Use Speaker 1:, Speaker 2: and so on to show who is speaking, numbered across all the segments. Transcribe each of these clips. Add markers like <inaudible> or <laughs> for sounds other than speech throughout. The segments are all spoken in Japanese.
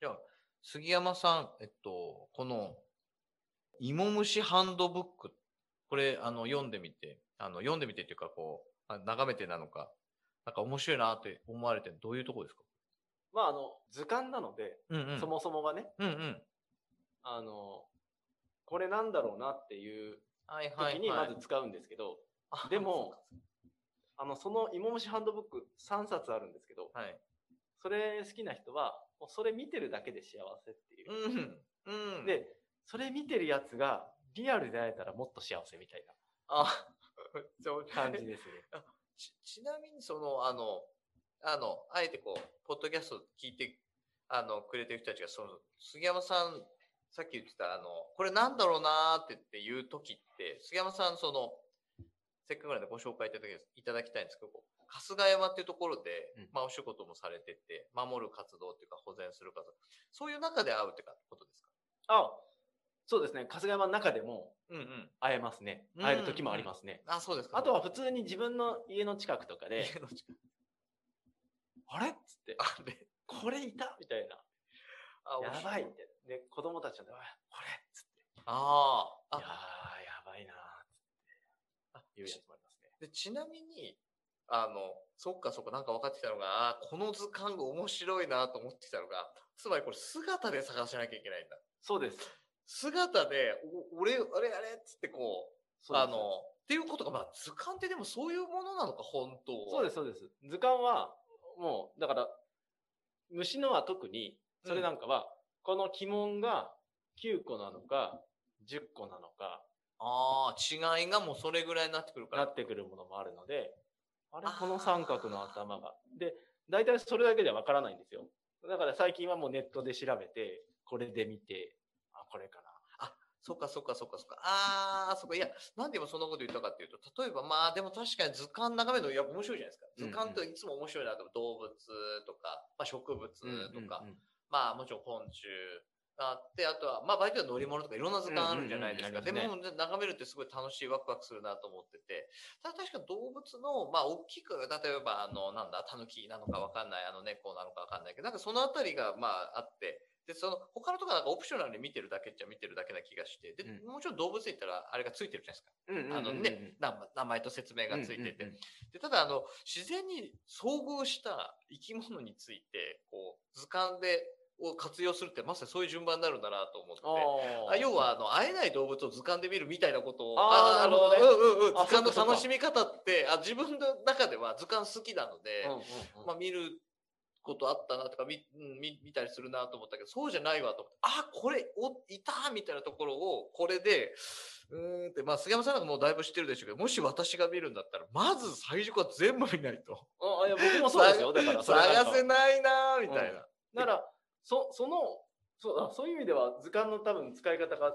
Speaker 1: じゃあ、杉山さん、えっと、この、芋虫ハンドブック、これ、あの、読んでみて、あの、読んでみてっていうか、こう、あ眺めてなのか、なんか面白いなって思われてるどういうとこですか
Speaker 2: まあ、あの、図鑑なので、
Speaker 1: うんうん。
Speaker 2: そもそもがね、
Speaker 1: うんうん。
Speaker 2: あの、これなんだろうなっていう
Speaker 1: はいはい、はい。
Speaker 2: 時にまず使うんですけど、
Speaker 1: あ
Speaker 2: でも、あの、その芋虫ハンドブック3冊あるんですけど
Speaker 1: そう、かはい。
Speaker 2: それ好きな人は、もうそれ見てるだけで幸せっていうう。
Speaker 1: ん。うん。、
Speaker 2: で、それ見てるやつが、リアルで会えたらもっと幸せみたい
Speaker 1: あ、 <laughs> そう
Speaker 2: な感
Speaker 1: <laughs>
Speaker 2: じですね。
Speaker 1: ち、ちなみにその、あの、あの、あえてこう、ポッドキャスト聞いて、あの、くれてる人たちが、その、杉山さん、さっき言ってた、あの、これなんだろうなーってって言う時って、杉山さん、その、せっかくなんでご紹介いただきいただきたいんですけど、こう春日山っていうところで、
Speaker 2: うん
Speaker 1: まあお仕事もされてて、守る活動っていうか保全する活動、そういう中で会うってかことですか
Speaker 2: あ、そうですね。春日山の中でも
Speaker 1: うんうん。
Speaker 2: 会えますね。会える時もありますね。
Speaker 1: あ、そうですか。
Speaker 2: あと
Speaker 1: は、
Speaker 2: は普通に自分の家の近くとかで、
Speaker 1: 家の近く
Speaker 2: <laughs> あれっつって、
Speaker 1: <laughs> あれ
Speaker 2: これいたみたいな。
Speaker 1: あ
Speaker 2: やばいみ
Speaker 1: あ
Speaker 2: たいな。で、子供たちの、うわこれっつって。
Speaker 1: あー。あ
Speaker 2: いやー、やばいなーっつって。いうやつもありますね。
Speaker 1: で、ちなみに、あの、そっかそっか、なんか分かってきたのが、あーこの図鑑が面白いなと思ってきたのが、つまりこれ姿で探しなきゃいけないんだ。
Speaker 2: そうです。
Speaker 1: 姿で、お俺、あれあれっつってこう、
Speaker 2: そうです
Speaker 1: あの、っていうことが、まあ図鑑ってでもそういうものなのか、本当。
Speaker 2: そうですす、そうです。図鑑は、もう、だから、虫のは特に、それなんかは、この鬼門が9個なのか、10個なのか、
Speaker 1: ああ、違いがもうそれぐらいになってくるか
Speaker 2: な
Speaker 1: ら
Speaker 2: っ。てくるものもあるので、あれ
Speaker 1: あー
Speaker 2: この三角の頭が。で、大体それだけではわからないんですよ。だから最近はもうネットで調べて、これで見て、あ、これか
Speaker 1: そっかそっかそっかそっか。ああ、そっか。いや、なんで今そんなこと言ったかっていうと、例えばまあでも確かに図鑑眺めるのやっぱ面白いじゃないですか。図鑑っていつも面白いなと思う。動物とか、まあ植物
Speaker 2: な。
Speaker 1: とか、
Speaker 2: うんうんうん
Speaker 1: まあもちろん昆虫があって、あとは、まあ場合によっては乗り物とかいろんな図鑑あるじゃないですか。
Speaker 2: うんう
Speaker 1: で
Speaker 2: んうんあり
Speaker 1: も眺めるってすごい楽しい、ワクワクするなと思ってて。ただ確か動物の、まあ大きく、例えばあの、なんだ、タヌキなのかわかんない、あの猫なのかわかんないけど、なんかそのあたりがまああって、で、その、他のとこなんかオプショナルで見てるだけっちゃ見てるだけな気がして、で、
Speaker 2: う
Speaker 1: もちろん動物園行ったらあれがついてるじゃないですか。
Speaker 2: うんうんうんうん
Speaker 1: あのね、な名前と説明がついてて。
Speaker 2: うんうんうん
Speaker 1: で、ただ、あの、自然に遭遇した生き物について、こう、図鑑で、を活用するって、まさにそういう順番になるんだなと思って。
Speaker 2: あ
Speaker 1: あ
Speaker 2: ー
Speaker 1: 要は、あの、会えない動物を図鑑で見るみたいなことを、
Speaker 2: あ
Speaker 1: の
Speaker 2: ーなるほどね
Speaker 1: うんうんうん、
Speaker 2: あ
Speaker 1: 図鑑
Speaker 2: そ
Speaker 1: の
Speaker 2: っかそっか
Speaker 1: 楽しみ方って、あ自分の中では図鑑好きなので、
Speaker 2: うんうんうん
Speaker 1: まあ見ることあったなとか、見、うん見見たりするなと思ったけど、そうじゃないわと思って、あ、これ、お、いたみたいなところを、これで、うーんって、まあ、杉山さんなんかもうだいぶ知ってるでしょうけど、もし私が見るんだったら、まず最初から全部見ないと。
Speaker 2: あいや僕もそうですよ。だから、それなんか
Speaker 1: 探せないなーみたいな。
Speaker 2: なら、そ、その、そうあそういう意味では、図鑑の多分使い方が、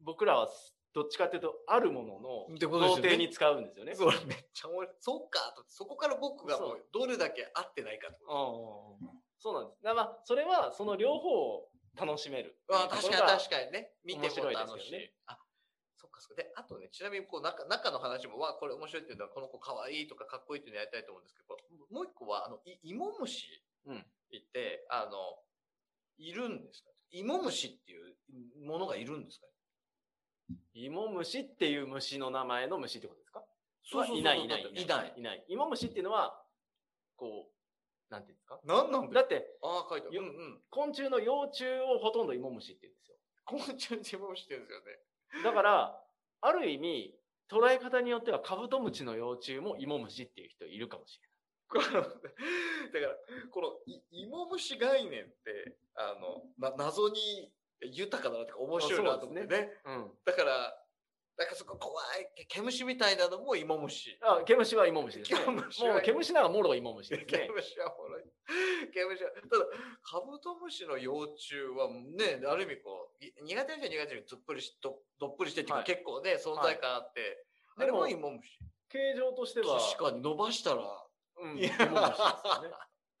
Speaker 2: 僕らはすどっちかっていうと、あるものの、
Speaker 1: ってこ
Speaker 2: 想
Speaker 1: とです
Speaker 2: 定
Speaker 1: よね
Speaker 2: に。使うんですよね。
Speaker 1: そうめっちゃ面白い。そっかと、そこから僕がも
Speaker 2: そう
Speaker 1: う、どれだけ合ってないかってこと
Speaker 2: うんうんうんそうなんです。だからまあ、それは、その両方を楽しめる。
Speaker 1: あ確かに確かにね。見て
Speaker 2: 面
Speaker 1: も
Speaker 2: 白い
Speaker 1: 楽
Speaker 2: です
Speaker 1: しい。
Speaker 2: よね
Speaker 1: あ、そっかそっか。で、あとね、ちなみにこう中、中の話も、わ、これ面白いっていうのは、この子可愛いとかかっこいいっていうのやりたいと思うんですけど、もう一個は、あの、い芋虫
Speaker 2: うん
Speaker 1: いて、あの、いるんですか芋虫っていうものがいるんですか
Speaker 2: に。芋虫っていう虫の名前の虫ってことですか
Speaker 1: はい
Speaker 2: ないいない
Speaker 1: いない。
Speaker 2: いない。芋虫っていうのは、こう、なんていうんですか
Speaker 1: なんなんだ
Speaker 2: だ
Speaker 1: よ
Speaker 2: って、
Speaker 1: ああ、書いてある。
Speaker 2: よ
Speaker 1: うんうん。
Speaker 2: 昆虫の幼虫をほとんど芋虫って言うんですよ。
Speaker 1: 昆虫って芋虫って言うんですよね。
Speaker 2: だから、ある意味、捉え方によってはカブトムチの幼虫もイモムシっていう人いるかもし
Speaker 1: このだから、このい、芋虫概念って、あの、な、謎に豊かだなとか面白いなと思って
Speaker 2: そう
Speaker 1: ね。
Speaker 2: でれない。うん。
Speaker 1: だから、なんかそこ怖い、け毛虫みたいなのも芋虫。
Speaker 2: あ、毛虫はイモムシです、ね。
Speaker 1: 毛虫は
Speaker 2: もう毛虫ならもろイモムシ
Speaker 1: 毛
Speaker 2: ですね。
Speaker 1: 虫はほら、毛虫は。ただ、カブトムシの幼虫はね、ある意味こう、い苦手な人は苦手な人どっぷりし、どどっぷりしてっていうか、
Speaker 2: はい
Speaker 1: 結構ね、存在感あって。あれも芋虫。
Speaker 2: 形状としては、
Speaker 1: 確かに伸ばしたら、
Speaker 2: うん、
Speaker 1: い
Speaker 2: イモム
Speaker 1: や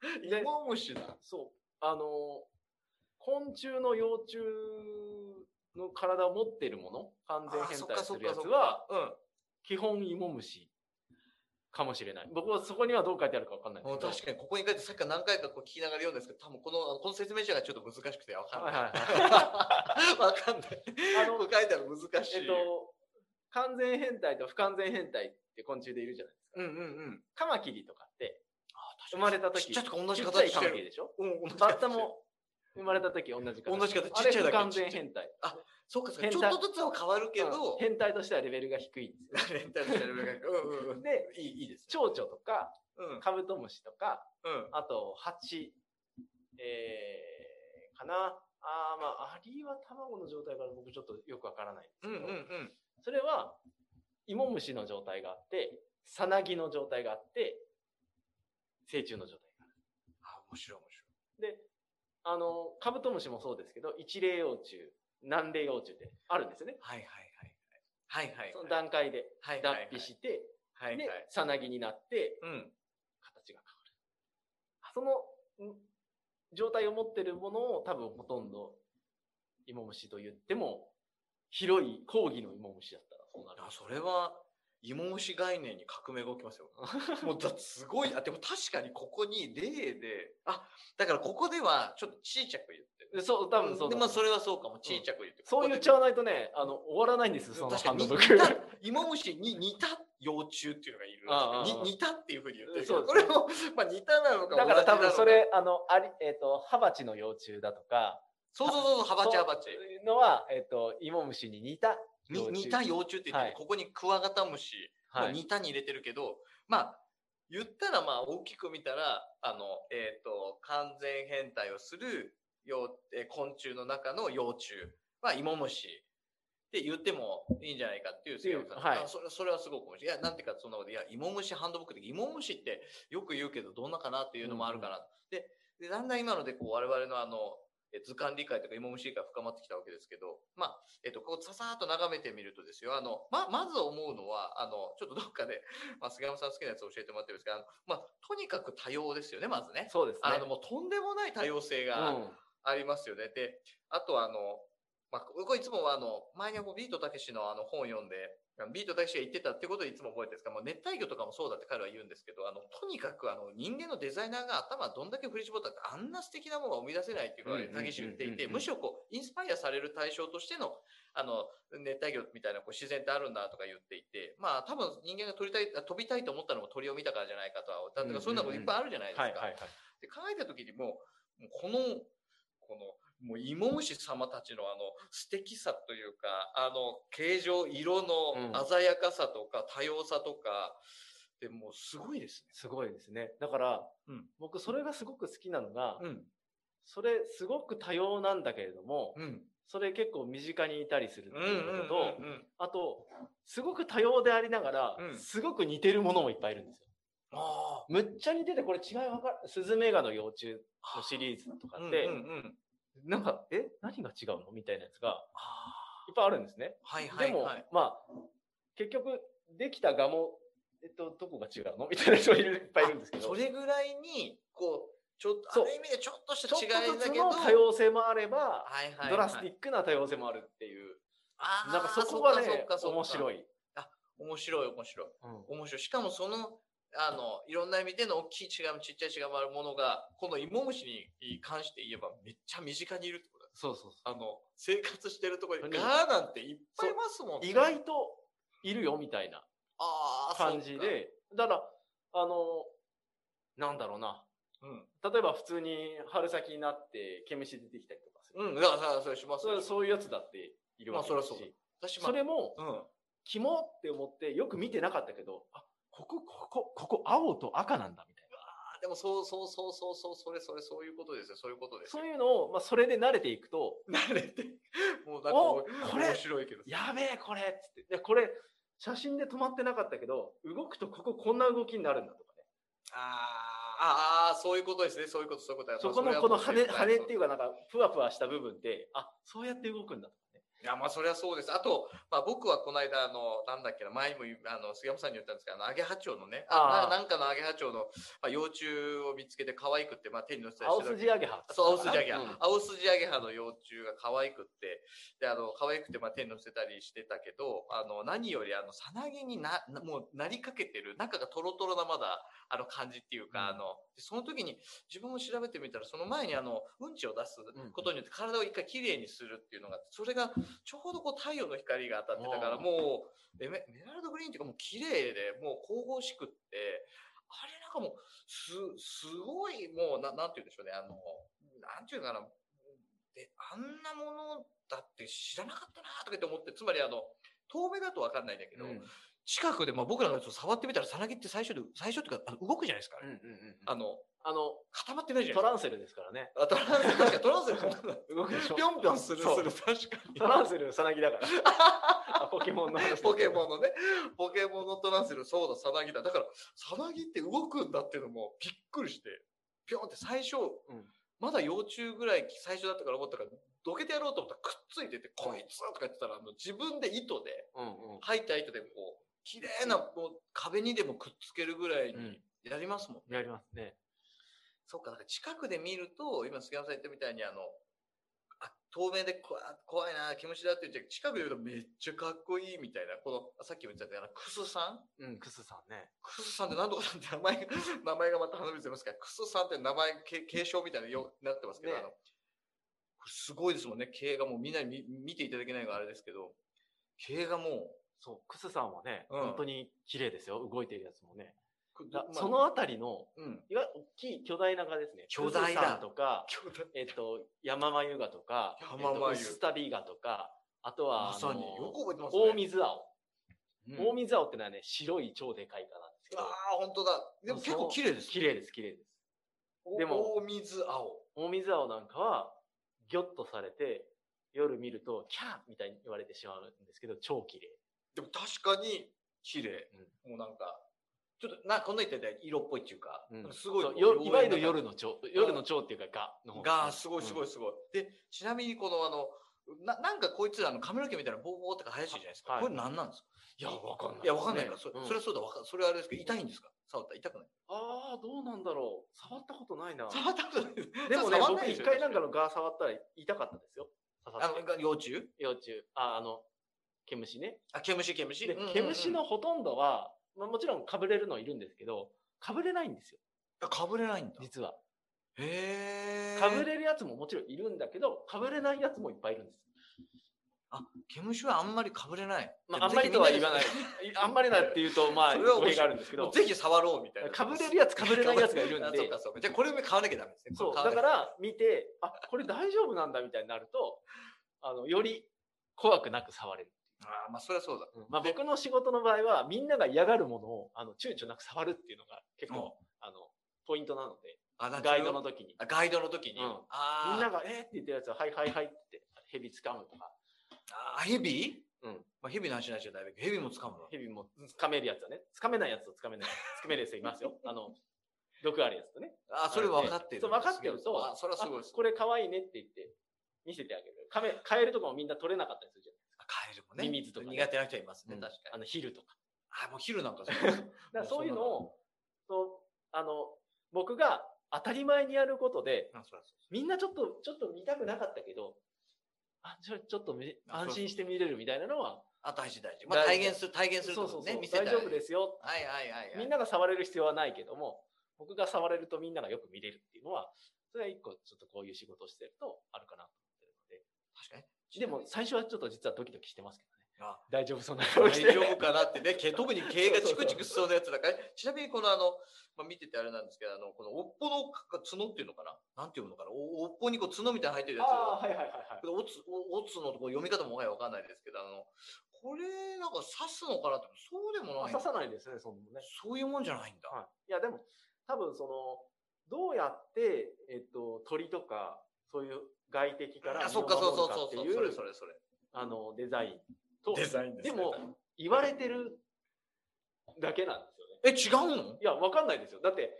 Speaker 2: シですね。で
Speaker 1: 芋虫だ。
Speaker 2: そう。あのー、昆虫の幼虫の体を持ってるもの、完全
Speaker 1: あ
Speaker 2: 変
Speaker 1: そっ
Speaker 2: 態
Speaker 1: か
Speaker 2: す
Speaker 1: そっ
Speaker 2: るや
Speaker 1: か
Speaker 2: つ
Speaker 1: そっ
Speaker 2: は、
Speaker 1: か。うん。
Speaker 2: 基本イモムシ。かもしれない。僕はそこにはどう書いてあるかわかんないんです
Speaker 1: もう
Speaker 2: けど。
Speaker 1: 確かにここに書いてさっきから何回かこう聞きながら読んだんですけど、多分この、あのこの説明書がちょっと難しくてわかんな
Speaker 2: はい
Speaker 1: い。
Speaker 2: はいはい。
Speaker 1: <laughs> わかんない。あ
Speaker 2: あ
Speaker 1: の、
Speaker 2: の
Speaker 1: 書いてある難しい。
Speaker 2: えっと、完全変態と不完全変態って昆虫でいるじゃないですか。
Speaker 1: うんうんうん。
Speaker 2: カマキリとかって、
Speaker 1: あ確か
Speaker 2: 生
Speaker 1: に
Speaker 2: まれた時、
Speaker 1: ちっちゃいと同じ
Speaker 2: ちっちゃ
Speaker 1: 形
Speaker 2: い
Speaker 1: し
Speaker 2: カ
Speaker 1: て
Speaker 2: マキリ
Speaker 1: る。
Speaker 2: でしょ
Speaker 1: うん、同じ
Speaker 2: バ
Speaker 1: 形
Speaker 2: ッタも生まれた時同じ形。
Speaker 1: 同じ形ち
Speaker 2: あ
Speaker 1: っ
Speaker 2: れ
Speaker 1: ちゃいだ
Speaker 2: 不
Speaker 1: け
Speaker 2: 完全変態。
Speaker 1: そうか、そうか
Speaker 2: 変
Speaker 1: ちょ
Speaker 2: 態
Speaker 1: っとずつは変わるけど
Speaker 2: うん、変態としてはレベルが低いんですよ。
Speaker 1: レンタルしてるうんうんうん。
Speaker 2: で、
Speaker 1: いい、いいです。
Speaker 2: 蝶々とか、
Speaker 1: うん。うん。
Speaker 2: カブトムシとか、あと、蜂、えー、かな。あーまあ、アリは卵の状態から僕ちょっとよくわからないんですけ
Speaker 1: うん
Speaker 2: ど、
Speaker 1: うんうん。
Speaker 2: それは、イモムシの状態があって、サナギの状態があって、成虫の状態があ
Speaker 1: あ、面白い面白い。
Speaker 2: る。で、あの、カブトムシもそうですけど、一例幼虫、南例幼虫ってあるんですよね。
Speaker 1: はいはいはい。はいはいはい。
Speaker 2: その段階で
Speaker 1: はいはい
Speaker 2: 脱
Speaker 1: はい
Speaker 2: 皮して、
Speaker 1: はいはい。
Speaker 2: で、サナギになって、
Speaker 1: うん。
Speaker 2: 形が変わる。その、ん状態を持ってるものを多分ほとんど、イモムシと言っても、広い講義のイモムシだったらそうなる
Speaker 1: あ。それは、芋虫概念に革命が起きます
Speaker 2: <laughs>
Speaker 1: よ。もうだってすごい、あ、でも確かにここに例で、あ、だからここではちょっと小さく言ってる。
Speaker 2: でそう、多分そう
Speaker 1: で
Speaker 2: だ
Speaker 1: まあそれはそうかも、小さく言って。
Speaker 2: そう言っちゃわないとね、あの、終わらないんですよ、その
Speaker 1: 確か
Speaker 2: 反
Speaker 1: に
Speaker 2: 応
Speaker 1: 似
Speaker 2: 僕。
Speaker 1: た、芋虫に似た幼虫っていうのがいる
Speaker 2: ああああ
Speaker 1: んですけど。に似たっていうふうに言ってるけ
Speaker 2: そ
Speaker 1: ど、
Speaker 2: う
Speaker 1: こ
Speaker 2: で
Speaker 1: れ
Speaker 2: す
Speaker 1: も、まあ似たな
Speaker 2: <laughs>
Speaker 1: のか
Speaker 2: だから多
Speaker 1: 同じ
Speaker 2: 分
Speaker 1: なのか
Speaker 2: そ。れ、あの、あり、えっ、と、ハバチの幼虫だとか、
Speaker 1: そうそうそうそう、ハバチハバチ。
Speaker 2: のは、えっ、と、イモムシに似た幼
Speaker 1: に
Speaker 2: 虫。
Speaker 1: 似た幼虫って言って
Speaker 2: は
Speaker 1: る、
Speaker 2: い
Speaker 1: ここにクワガタムシ、
Speaker 2: は
Speaker 1: もう
Speaker 2: い。
Speaker 1: 似たに入れてるけど、まあ、言ったらまあ大きく見たら、あの、えっ、と、完全変態をする幼、えー昆虫の中の幼虫はイモムシって言ってもいいんじゃないかっていう杉山さん。
Speaker 2: はい
Speaker 1: あそれそれはすごく面白い。いや、なんていうかそんなこと、いや、イモムシハンドブックでイモムシってよく言うけど、どんなかなっていうのもあるかな。でで、だんだん今のでこう我々のあの、え図鑑理解とかイモムシ理解が深まってきたわけですけど、まあ、えっと、こう、ささーっと眺めてみるとですよ、あの、ま、まず思うのは、あの、ちょっとどっかで、まあ、杉山さん好きなやつ教えてもらってるんですけど、あのまあ、とにかく多様ですよね、まずね。
Speaker 2: そうですね。
Speaker 1: あの、もうとんでもない多様性がありますよね。で、あとあの、まあ、僕はいつもはあの、前にこうビートたけしのあの本読んで、あのビートたけしが言ってたってことでいつも覚えてるんですが、もう熱帯魚とかもそうだって彼は言うんですけど、あの、とにかくあの、人間のデザイナーが頭どんだけ振り絞ったってあんな素敵なものが生み出せないっていうこと
Speaker 2: うんうんうんうん
Speaker 1: たけし言っていて、むしろこう、インスパイアされる対象としての、あの、熱帯魚みたいなこう自然ってあるんだとか言っていて、まあ多分人間が取りたい、あ飛びたいと思ったのも鳥を見たからじゃないかとは、だってそういうのもいっぱいあるじゃないです
Speaker 2: うん。はい
Speaker 1: か
Speaker 2: はい。はい。
Speaker 1: で考えた時にもう、もうこの、この、もう芋虫様たちのあの素敵さというか、あの形状、色
Speaker 2: うん
Speaker 1: の鮮やかさとか多様さとか、でもうすごいです
Speaker 2: すごいですね。だから、
Speaker 1: うん
Speaker 2: 僕それがすごく好きなのが、
Speaker 1: ね。
Speaker 2: それすごく多様なんだけれども、
Speaker 1: うん。うん。
Speaker 2: それ結構身近にいたりするっていうことと、
Speaker 1: うんうん。
Speaker 2: あと、すごく多様でありながら、
Speaker 1: うん
Speaker 2: すごく似てるものもいっぱいいるんですよ。
Speaker 1: あ
Speaker 2: むっちゃ似てて、これ違いわかる。スズメガの幼虫のシリーズとか
Speaker 1: あ。
Speaker 2: って、
Speaker 1: うんうんうん
Speaker 2: なんか、え何が違うのみたいなやつが
Speaker 1: あ
Speaker 2: いっぱいあるんですね。
Speaker 1: ーはいはい
Speaker 2: でも、
Speaker 1: はい。
Speaker 2: まあ、結局、できたガも、えっと、どこが違うのみたいな人いるいっぱいいるんですけど。
Speaker 1: それぐらいに、こう、ちょっと、
Speaker 2: そう
Speaker 1: ある意味でちょっとし
Speaker 2: ち
Speaker 1: た
Speaker 2: ょっと
Speaker 1: 違い
Speaker 2: ず
Speaker 1: だ
Speaker 2: つ
Speaker 1: けど、
Speaker 2: の多様性もあれば、
Speaker 1: はいはいはい、
Speaker 2: ドラスティ
Speaker 1: ッ
Speaker 2: ックな多様性もあるっていう。
Speaker 1: ク
Speaker 2: なんかそこがね、面
Speaker 1: い
Speaker 2: 白。い。
Speaker 1: 面白い面白い。
Speaker 2: うん
Speaker 1: 面白い。しかもその、あの、いろんな意味での大きい違いもちっちゃい違いもあるものが、この芋虫に関して言えばめっちゃ身近にいるってことだ。
Speaker 2: そうそうそ
Speaker 1: あの、生活してるところに
Speaker 2: うん
Speaker 1: ガーなんていっぱいいますもん
Speaker 2: う。
Speaker 1: ね。
Speaker 2: 意外といるよ、みたいな
Speaker 1: あー
Speaker 2: 感じ。で。だから、あの、なんだろうな。
Speaker 1: そうか
Speaker 2: 例えば普通に春先になって毛虫出てきたりとかする。
Speaker 1: うん。うん、だからさ、それします
Speaker 2: そ
Speaker 1: よ
Speaker 2: れそういうやつだっているわけ
Speaker 1: まあ
Speaker 2: だ
Speaker 1: そりゃそう
Speaker 2: し。
Speaker 1: 私も
Speaker 2: それも、
Speaker 1: うん。
Speaker 2: 肝って思ってよく見てなかったけど、あ、ここ、ここ、ここ青と赤なんだみたいな。
Speaker 1: あでもそうそうそうそうそう、それそれ、そういうことですよ、そういうことです
Speaker 2: そ
Speaker 1: よ
Speaker 2: う。いうのを、まあそれで慣れていくと、
Speaker 1: 慣れて。 <laughs> もうなんか
Speaker 2: おこれ
Speaker 1: 面白いけど。
Speaker 2: やべえ、これっつって。で、これ、写真で止まってなかったけど、動くとこここんな動きになるんだとかね。
Speaker 1: あーあー、そういうことですね、そういうこと、そういうこと。
Speaker 2: そこのこの
Speaker 1: そ
Speaker 2: 羽、
Speaker 1: れはもう
Speaker 2: 羽っていうかなんか、ふわふわした部分で、あ、そうやって動くんだとかね。
Speaker 1: いや、まあ、それはそうです。あと、まあ、僕はこの間、あの、なんだっけな、前にも言う、あの、杉山さんに言ったんですけど、あの、アゲハチョウのね、あ
Speaker 2: あー
Speaker 1: ななんかのアゲハチョウの、まあ、幼虫を見つけて可愛くって、まあ、手に乗せたりし
Speaker 2: 青
Speaker 1: てた
Speaker 2: 筋揚げ葉。
Speaker 1: そう、青筋アゲハ。
Speaker 2: うん
Speaker 1: 青筋アゲハの幼虫が可愛くって、で、あの、可愛くて、まあ、手に乗せたりしてたけど、あの、何より、あの、さなぎにな、なもう、なりかけてる、中がトロトロな、まだ、あの、感じっていうか、
Speaker 2: うん
Speaker 1: あの、でその時に、自分を調べてみたら、その前に、あの、うんちを出すことによって、体を一回きれいにするっていうのが、それが、ちょうどこう、太陽の光が当たってたから、
Speaker 2: うん
Speaker 1: もう、エメエメラルドグリーンっていうか、もう、綺麗で、もう、神々しくって、あれなんかもう、す、すごい、もう、な、なんて言うんでしょうね、あの、なんていうのかな、で、あんなものだって知らなかったなとかって思って、つまりあの、遠目だとわかんないんだけど、
Speaker 2: うんうん
Speaker 1: 近くで、まあ僕らがちょっと触ってみたら、さなぎって最初で、最初っていうか、あの動くじゃないですか、あれ
Speaker 2: うんうん。
Speaker 1: あの、
Speaker 2: あの、
Speaker 1: 固まってないじゃな
Speaker 2: ト
Speaker 1: いで
Speaker 2: ランセルですからね。
Speaker 1: すか。あトランス、確かにトランス
Speaker 2: 動くでしょ
Speaker 1: ぴょんぴょんする、す
Speaker 2: そう
Speaker 1: る、確かに。
Speaker 2: トランセル、さなぎ
Speaker 1: <laughs>
Speaker 2: だから。あポケモンの話。
Speaker 1: ポケモンのね、ポケモンのトランセル、そうだ、サナギだ。だから、サナギって動くんだっていうのもびっくりして、ぴょんって最初、
Speaker 2: ん
Speaker 1: まだ幼虫ぐらい最初だったから思ったから、どけてやろうと思ったらくっついてて、こいつとか言ってたら、あの自分で糸で、
Speaker 2: うんうん。
Speaker 1: 入った糸でこう、綺麗な、もう壁にでもくっつけるぐらいにやりますもんね。
Speaker 2: やりますね。
Speaker 1: そっか、だから近くで見ると、今杉山さん言ったみたいに、あの、あ透明で怖怖いな、気持ちだって言って、近くで見るとめっちゃかっこいいみたいな、この、さっきも言ってたあの、クスさん
Speaker 2: うん、クスさんね。
Speaker 1: クスさんって何とかさんって名前が、 <laughs> 名前がまた鼻水出ますから、クスさんって名前、け継承みたいなようになってますけど、
Speaker 2: ね
Speaker 1: あの、これすごいですもんね、経営がもうみんなに見見ていただけないのがあれですけど、経営がも
Speaker 2: そう、クスさんはね、
Speaker 1: うん
Speaker 2: 本当に綺麗ですよ。動いてるやつもね。
Speaker 1: う、く
Speaker 2: だ
Speaker 1: まあ
Speaker 2: そ、のあたりの、
Speaker 1: うん、
Speaker 2: いわゆる大きい巨大な蚊ですね。
Speaker 1: 巨大だ
Speaker 2: クスさんとか、
Speaker 1: 兄弟
Speaker 2: えっと、ヤママユガとか、
Speaker 1: ヤママユ
Speaker 2: えっとウスタビガとか、あとは、
Speaker 1: まさに
Speaker 2: あの
Speaker 1: よく覚えてますね
Speaker 2: 大水青。
Speaker 1: うん
Speaker 2: 大水青ってのはね、白い蝶でかい蚊なんですけ
Speaker 1: あ
Speaker 2: ど。
Speaker 1: あ、本当だ。でも結構綺麗です。
Speaker 2: 綺麗です、綺麗です。
Speaker 1: で
Speaker 2: で
Speaker 1: も。
Speaker 2: も
Speaker 1: 大水青。
Speaker 2: 大水青なんかは、ギョッとされて、夜見ると、キャーみたいに言われてしまうんですけど、超綺麗。
Speaker 1: でも確かに綺麗。もうなんか、ちょっと、な、こんな言ったら色っぽいっていうか、なんかすごい
Speaker 2: そ
Speaker 1: こ
Speaker 2: う
Speaker 1: う。
Speaker 2: よいわゆる
Speaker 1: 妖艶
Speaker 2: 夜
Speaker 1: な
Speaker 2: の蝶、夜の蝶っていうか、蚊の方
Speaker 1: が、すごいすご
Speaker 2: い。
Speaker 1: いすごい。で、ちなみにこのあの、な、なんかこいつらの髪の毛みたいなボーボーとか生やしてるじゃないですか。
Speaker 2: はい
Speaker 1: これ何なんですか
Speaker 2: いや、わかんない。
Speaker 1: いや、わかんないから、そ,、
Speaker 2: うん
Speaker 1: それはそうだ、わかそれはあれですけど、痛いんですか触ったら痛くない。
Speaker 2: ああ、どうなんだろう。触ったことないな。
Speaker 1: 触ったことないです。
Speaker 2: でもね、
Speaker 1: 触んな
Speaker 2: 僕
Speaker 1: いです
Speaker 2: 一
Speaker 1: よ
Speaker 2: 回なんかのガー触ったら痛かったですよ。刺さ
Speaker 1: あ
Speaker 2: って
Speaker 1: の、幼虫
Speaker 2: 幼虫。あ、あの、毛虫ね。
Speaker 1: あ、毛虫、毛虫。
Speaker 2: で
Speaker 1: うんうんう、ん
Speaker 2: 毛虫。のほとんどは、まあもちろん被れるのはいるんですけど、被れないんですよ、
Speaker 1: あかぶれないんだ。
Speaker 2: 実は。
Speaker 1: へえ。
Speaker 2: 被れるやつももちろんいるんだけど、被れないやつもいっぱいいるんです。
Speaker 1: 毛虫はあんまりかぶれない。
Speaker 2: まあ、あんまりとは言わない <laughs>
Speaker 1: ぜ。
Speaker 2: あんまりなって言うと、まあ、
Speaker 1: それは面白い
Speaker 2: 声があるんです
Speaker 1: ひ
Speaker 2: け
Speaker 1: みんな
Speaker 2: ど、
Speaker 1: で。ぜひ触ろうみたいな。
Speaker 2: 被れるやつ、被れないやつがいるん
Speaker 1: あ
Speaker 2: で
Speaker 1: そう、かそうか。じゃあこれも買わなきゃダメですね。
Speaker 2: そう、
Speaker 1: これ買
Speaker 2: だ
Speaker 1: わ
Speaker 2: か
Speaker 1: なきゃ
Speaker 2: ら見て、あ、これ大丈夫なんだみたいになると、あの、より怖くなく触れる。
Speaker 1: あーまあそれはそうだ。
Speaker 2: まあ、僕の仕事の場合は、みんなが嫌がるものを、あの、躊躇なく触るっていうのが結構、
Speaker 1: うん
Speaker 2: あの、ポイントなので、
Speaker 1: あなんか
Speaker 2: ガイドの時に。
Speaker 1: あガイドの時に。
Speaker 2: うん
Speaker 1: あ
Speaker 2: みんな
Speaker 1: ー
Speaker 2: が、えーって言ってるやつは、はいはいはいって、蛇掴むとか、
Speaker 1: あー、ヘビ
Speaker 2: うん
Speaker 1: まあヘビの話になっちゃダメだけど、ヘビも掴むの。
Speaker 2: 蛇も掴めるやつはね、掴めないやつと掴めないやつ、掴めるやついますよ。あの、毒あるやつとね。
Speaker 1: あーそれ分かってる。
Speaker 2: そう、分かってると、
Speaker 1: あーそれはすごいです
Speaker 2: あ。これ可愛いねって言って、見せてあげる。カメ、カエルとかもみんな取れなかったりするじ
Speaker 1: カエルもね。
Speaker 2: ミミズとかね
Speaker 1: 苦手な人います
Speaker 2: ゃ
Speaker 1: ね、
Speaker 2: ん。
Speaker 1: 確か
Speaker 2: あ
Speaker 1: に。
Speaker 2: の、ヒルとか。
Speaker 1: あー、もう昼なんか
Speaker 2: <laughs>
Speaker 1: そうです。
Speaker 2: だから
Speaker 1: もう
Speaker 2: そういうの
Speaker 1: そんな
Speaker 2: を、そう、あの、僕が当たり前にやることで、
Speaker 1: あそりゃそう
Speaker 2: みんなちょっと、ちょっと見たくなかったけど、あ、ちょ、ちょっと見
Speaker 1: あそう
Speaker 2: 安心して見れるみたいなのは、
Speaker 1: あ、大事大事。まあ
Speaker 2: 大事
Speaker 1: 体現する、体現する
Speaker 2: そう
Speaker 1: と
Speaker 2: そ
Speaker 1: こ
Speaker 2: う
Speaker 1: ね、
Speaker 2: そう、
Speaker 1: 見せた
Speaker 2: 大
Speaker 1: い。
Speaker 2: 丈夫ですよ。
Speaker 1: はいはいはいはい。
Speaker 2: みんなが触れる必要はないけども、僕が触れるとみんながよく見れるっていうのは、それは一個ちょっとこういう仕事をしてるとあるかなと思ってる
Speaker 1: 確かに。
Speaker 2: ので。でも最初はちょっと実はドキドキしてますけどね。
Speaker 1: あ
Speaker 2: 大丈夫そうな顔
Speaker 1: <laughs> 大
Speaker 2: して。
Speaker 1: 丈夫かなって <laughs> ね、毛特に毛がチクチクしそうなやつだから、ちなみにこのあの、まあ、見ててあれなんですけど、あの、この尾っぽの角っていうのかななんていうのかなお尾っぽにこう角みたいなの入ってるやつ。
Speaker 2: <laughs> ああ、はいはいはいはい
Speaker 1: こ。れ、おつ、お、おつのとこ読み方ももはやわかんないですけど、あの、これ、なんか刺すのかなって、 <laughs> そうでも
Speaker 2: ま
Speaker 1: な
Speaker 2: あ
Speaker 1: い。
Speaker 2: 刺さないですね、そんなね。
Speaker 1: そういうもんじゃないんだ。
Speaker 2: はい。いや、でも、多分その、どうやって、えっと、鳥とか、そういう外敵から
Speaker 1: あ、
Speaker 2: 身を
Speaker 1: そっか、そうそう
Speaker 2: 守るかって
Speaker 1: そうそう。
Speaker 2: い
Speaker 1: そうれ、それ、それ。
Speaker 2: あの、デザインと、
Speaker 1: ザイン
Speaker 2: でも、言われてるだけなんですよね。
Speaker 1: え、違うの
Speaker 2: いや、わかんないですよ。だって、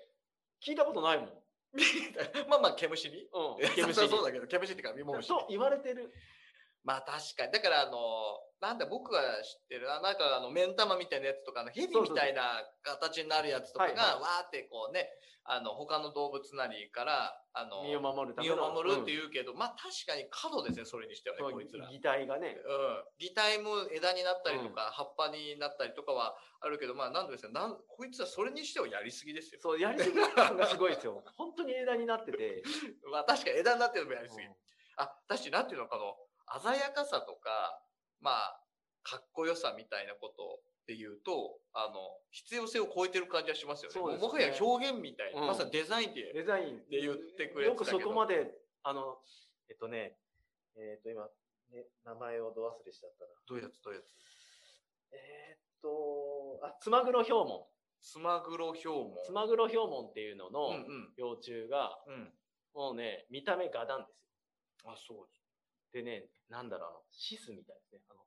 Speaker 2: 聞いたことないもん。
Speaker 1: <laughs> まあまあ、毛虫に。
Speaker 2: うん。
Speaker 1: 毛
Speaker 2: 毛
Speaker 1: 虫 <laughs>
Speaker 2: 虫
Speaker 1: そ
Speaker 2: に
Speaker 1: うだけど、毛虫っていうか、ミモムシ。
Speaker 2: と言われてる
Speaker 1: まあ確かに。だからあの、なんだ、僕が知ってる、あなんかあの、目ん玉みたいなやつとか、あの蛇みたいな形になるやつとかが、
Speaker 2: そうそうそう
Speaker 1: わーってこうね、あの、他の動物なりから、あの、
Speaker 2: 身を守るため
Speaker 1: 身
Speaker 2: の
Speaker 1: を守るって
Speaker 2: うん
Speaker 1: いうけど、まあ確かに角ですね、それにしてはね、
Speaker 2: そう
Speaker 1: こいつら。うん。
Speaker 2: 擬態がね、
Speaker 1: 擬態も枝になったりとか、葉っぱになったりとかはあるけど、まあなんでですね、なん、こいつはそれにしてはやりすぎですよ。
Speaker 2: そう、やりすぎ感がすごいですよ。 <laughs> 本当に枝になってて。
Speaker 1: まあ確かに枝になってるのもやりすぎ。
Speaker 2: う
Speaker 1: あ、だし、なんていうのかな、鮮やかさとか、まあ、かっこよさみたいなことで言うと、あの、必要性を超えてる感じはしますよね。
Speaker 2: そうですね
Speaker 1: もはや表現みたいな、
Speaker 2: うん
Speaker 1: まさにデザインって
Speaker 2: んデザイン。
Speaker 1: で言ってくれ
Speaker 2: よ
Speaker 1: てた
Speaker 2: く
Speaker 1: けど
Speaker 2: そこまで、あの、えっとね、えっと今、ね、名前をど忘れしちゃったな。
Speaker 1: どういうやつどういうや
Speaker 2: えーっと、あ、つまぐろヒョウモ
Speaker 1: つつまぐろ表も
Speaker 2: ン。つまぐろヒョウモンっていうの
Speaker 1: う
Speaker 2: の
Speaker 1: んうん。
Speaker 2: 幼虫が、
Speaker 1: うん。
Speaker 2: もうね、見た目ガダンですよ。
Speaker 1: あ、そう
Speaker 2: でね、なんだろう、あの、シスみたいですね。あの、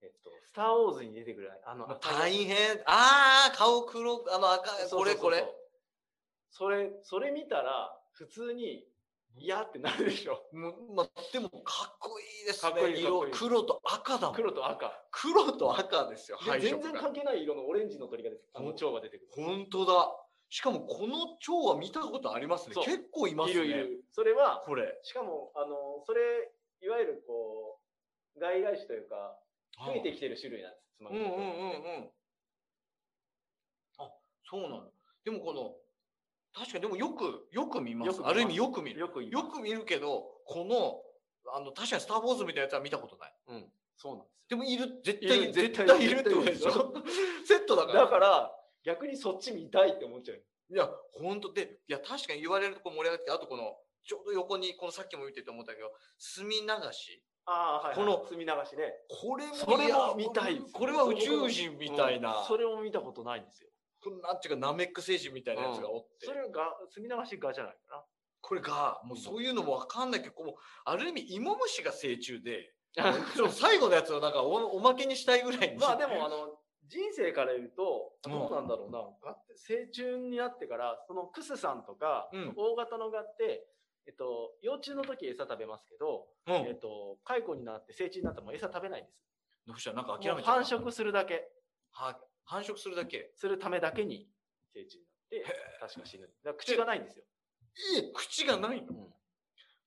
Speaker 2: えっと、スターウォーズに出てくる、あの、
Speaker 1: 大変。ああ、顔黒く、あの赤い、
Speaker 2: そ
Speaker 1: こ
Speaker 2: うそう
Speaker 1: れ
Speaker 2: そう
Speaker 1: これ。。
Speaker 2: それ、それ見たら、普通に、嫌ってなるでしょ。
Speaker 1: むまあ、でも、かっこいいですね。
Speaker 2: かっこいいかっこ
Speaker 1: 色
Speaker 2: いい、
Speaker 1: 黒と赤だもん。
Speaker 2: 黒と赤。
Speaker 1: 黒と赤ですよ、
Speaker 2: で
Speaker 1: 配色
Speaker 2: 全
Speaker 1: が
Speaker 2: 然。関係ない色のオレンジの鳥が出てくる。あの蝶が出てくる。
Speaker 1: 本当だ。しかもこの蝶は見たことありますね。
Speaker 2: そう
Speaker 1: 結構いますね。
Speaker 2: いるいる。それは、
Speaker 1: これ。
Speaker 2: しかも、あの、それ、いわゆるこう、外来種というか、増えてきてる種類なんです。つま
Speaker 1: うん
Speaker 2: り
Speaker 1: うんうんうん。あ、そうなんだ。でもこの、確かにでもよく、よく見ま
Speaker 2: よ
Speaker 1: す。
Speaker 2: く見ま
Speaker 1: あ
Speaker 2: す
Speaker 1: る意味よく見る。
Speaker 2: よく言いま
Speaker 1: よ
Speaker 2: す
Speaker 1: く見るけど、この、あの、確かにスター・ウォーズみたいなやつは見たことない。
Speaker 2: うん。そうなんですよ。
Speaker 1: でもいる、絶
Speaker 2: い
Speaker 1: 対、
Speaker 2: る
Speaker 1: 絶
Speaker 2: 絶対
Speaker 1: 対いるってことでしょ
Speaker 2: 絶 <laughs> 対
Speaker 1: セットだから。
Speaker 2: だから、逆にそっち見たいって思っちゃう。
Speaker 1: いや、本当で、いや、確かに言われるとこ盛り上がってきて、あとこの、ちょうど横に、このさっきも見てて思ったけど、墨流し。
Speaker 2: ああ、はい、
Speaker 1: この
Speaker 2: 墨流しね。
Speaker 1: これも
Speaker 2: それも見たい
Speaker 1: や
Speaker 2: ですよ
Speaker 1: これは宇宙人みたいな、
Speaker 2: うんそれも見たことないんですよ。
Speaker 1: こんなんていうかナメック星人みたいなやつがおって、
Speaker 2: それが、墨流しがじゃないか
Speaker 1: これがもうそういうのもわかんないけどこうある意味芋虫が成虫で
Speaker 2: <laughs> な。
Speaker 1: 最後のやつをなんかおおまけにしたいぐらいに
Speaker 2: まあでも、あの、人生から言うと、
Speaker 1: うん
Speaker 2: どうなんだろうな。ガッテ成虫になってから、そのクスさんとか、
Speaker 1: うん
Speaker 2: 大型のガって、えっと、幼虫の時餌食べますけど、
Speaker 1: うん
Speaker 2: えっと、蚕になって成虫になっても餌食べないんです。
Speaker 1: どうしたなんか
Speaker 2: も
Speaker 1: 諦
Speaker 2: う
Speaker 1: めちゃ
Speaker 2: 繁
Speaker 1: った
Speaker 2: 殖するだけ、
Speaker 1: は繁殖するだけ
Speaker 2: するためだけに成虫になって、確か死ぬ。だから口がないんですよ。
Speaker 1: え口がないの
Speaker 2: うん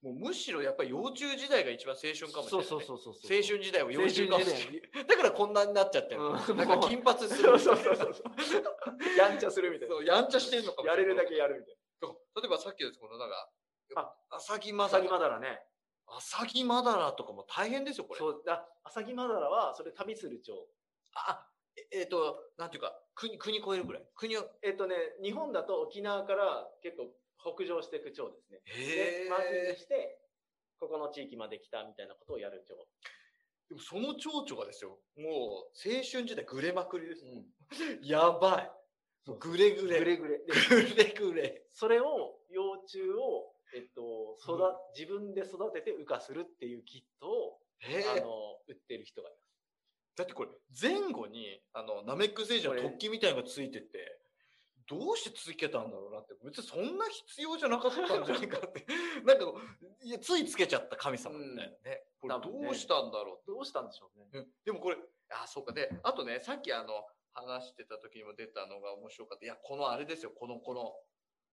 Speaker 1: もうむしろやっぱり幼虫時代が一番青春かもしれな
Speaker 2: そ
Speaker 1: い、ね、
Speaker 2: うそうそうそう。
Speaker 1: 青春時代は幼虫かもしれ
Speaker 2: 青
Speaker 1: な
Speaker 2: 春
Speaker 1: いだからこんなになっちゃってる、
Speaker 2: うん
Speaker 1: なんか金髪する
Speaker 2: そうそうそうそう。
Speaker 1: <laughs>
Speaker 2: やんちゃするみたいな。
Speaker 1: そうやんちゃしてんのかもしれな
Speaker 2: や
Speaker 1: い
Speaker 2: れるだけやるみたい
Speaker 1: だから例えばさっきのやつこのなんか
Speaker 2: あ
Speaker 1: アサギ
Speaker 2: な。
Speaker 1: マ
Speaker 2: ア
Speaker 1: ダ
Speaker 2: サ
Speaker 1: ラ
Speaker 2: ギマダラね。
Speaker 1: アサギマダラとかも大変ですよ、これ。
Speaker 2: そう、あ、アサギマダラは、それ旅する蝶。
Speaker 1: あ、ええっ、と、なんていうか、国、国越えるぐらい。国を、
Speaker 2: えっとね、日本だと沖縄から結構北上していく蝶ですね。
Speaker 1: へ
Speaker 2: で、マーキングして、ここの地域まで来たみたいなことをやる蝶。
Speaker 1: でもその蝶々がですよ、もう、青春時代グレまくりです。
Speaker 2: うん。
Speaker 1: <laughs> やばい。もうグレグ
Speaker 2: グ
Speaker 1: レ。
Speaker 2: レグレ。で
Speaker 1: グレグレ。
Speaker 2: それを、幼虫を、えっと、育
Speaker 1: うん、
Speaker 2: 自分で育てて羽化するっていうキットを、
Speaker 1: へ
Speaker 2: あ
Speaker 1: え。
Speaker 2: の、売ってる人がい
Speaker 1: だってこれ、前後に、あの、ナメック星人の
Speaker 2: これ
Speaker 1: 突起みたいのがついてて、どうして続けたんだろうなって、別にそんな必要じゃなかったんじゃないかって。 <laughs> なんかこう、いや、ついつけちゃった神様みたいなね。
Speaker 2: うん
Speaker 1: これどうしたんだろう
Speaker 2: ます。どうしたんでしょうね。
Speaker 1: うんでもこれ、あ、そうか。で、あとね、さっきあの、話してた時にも出たのが面白かった。いや、このあれですよ、この、この、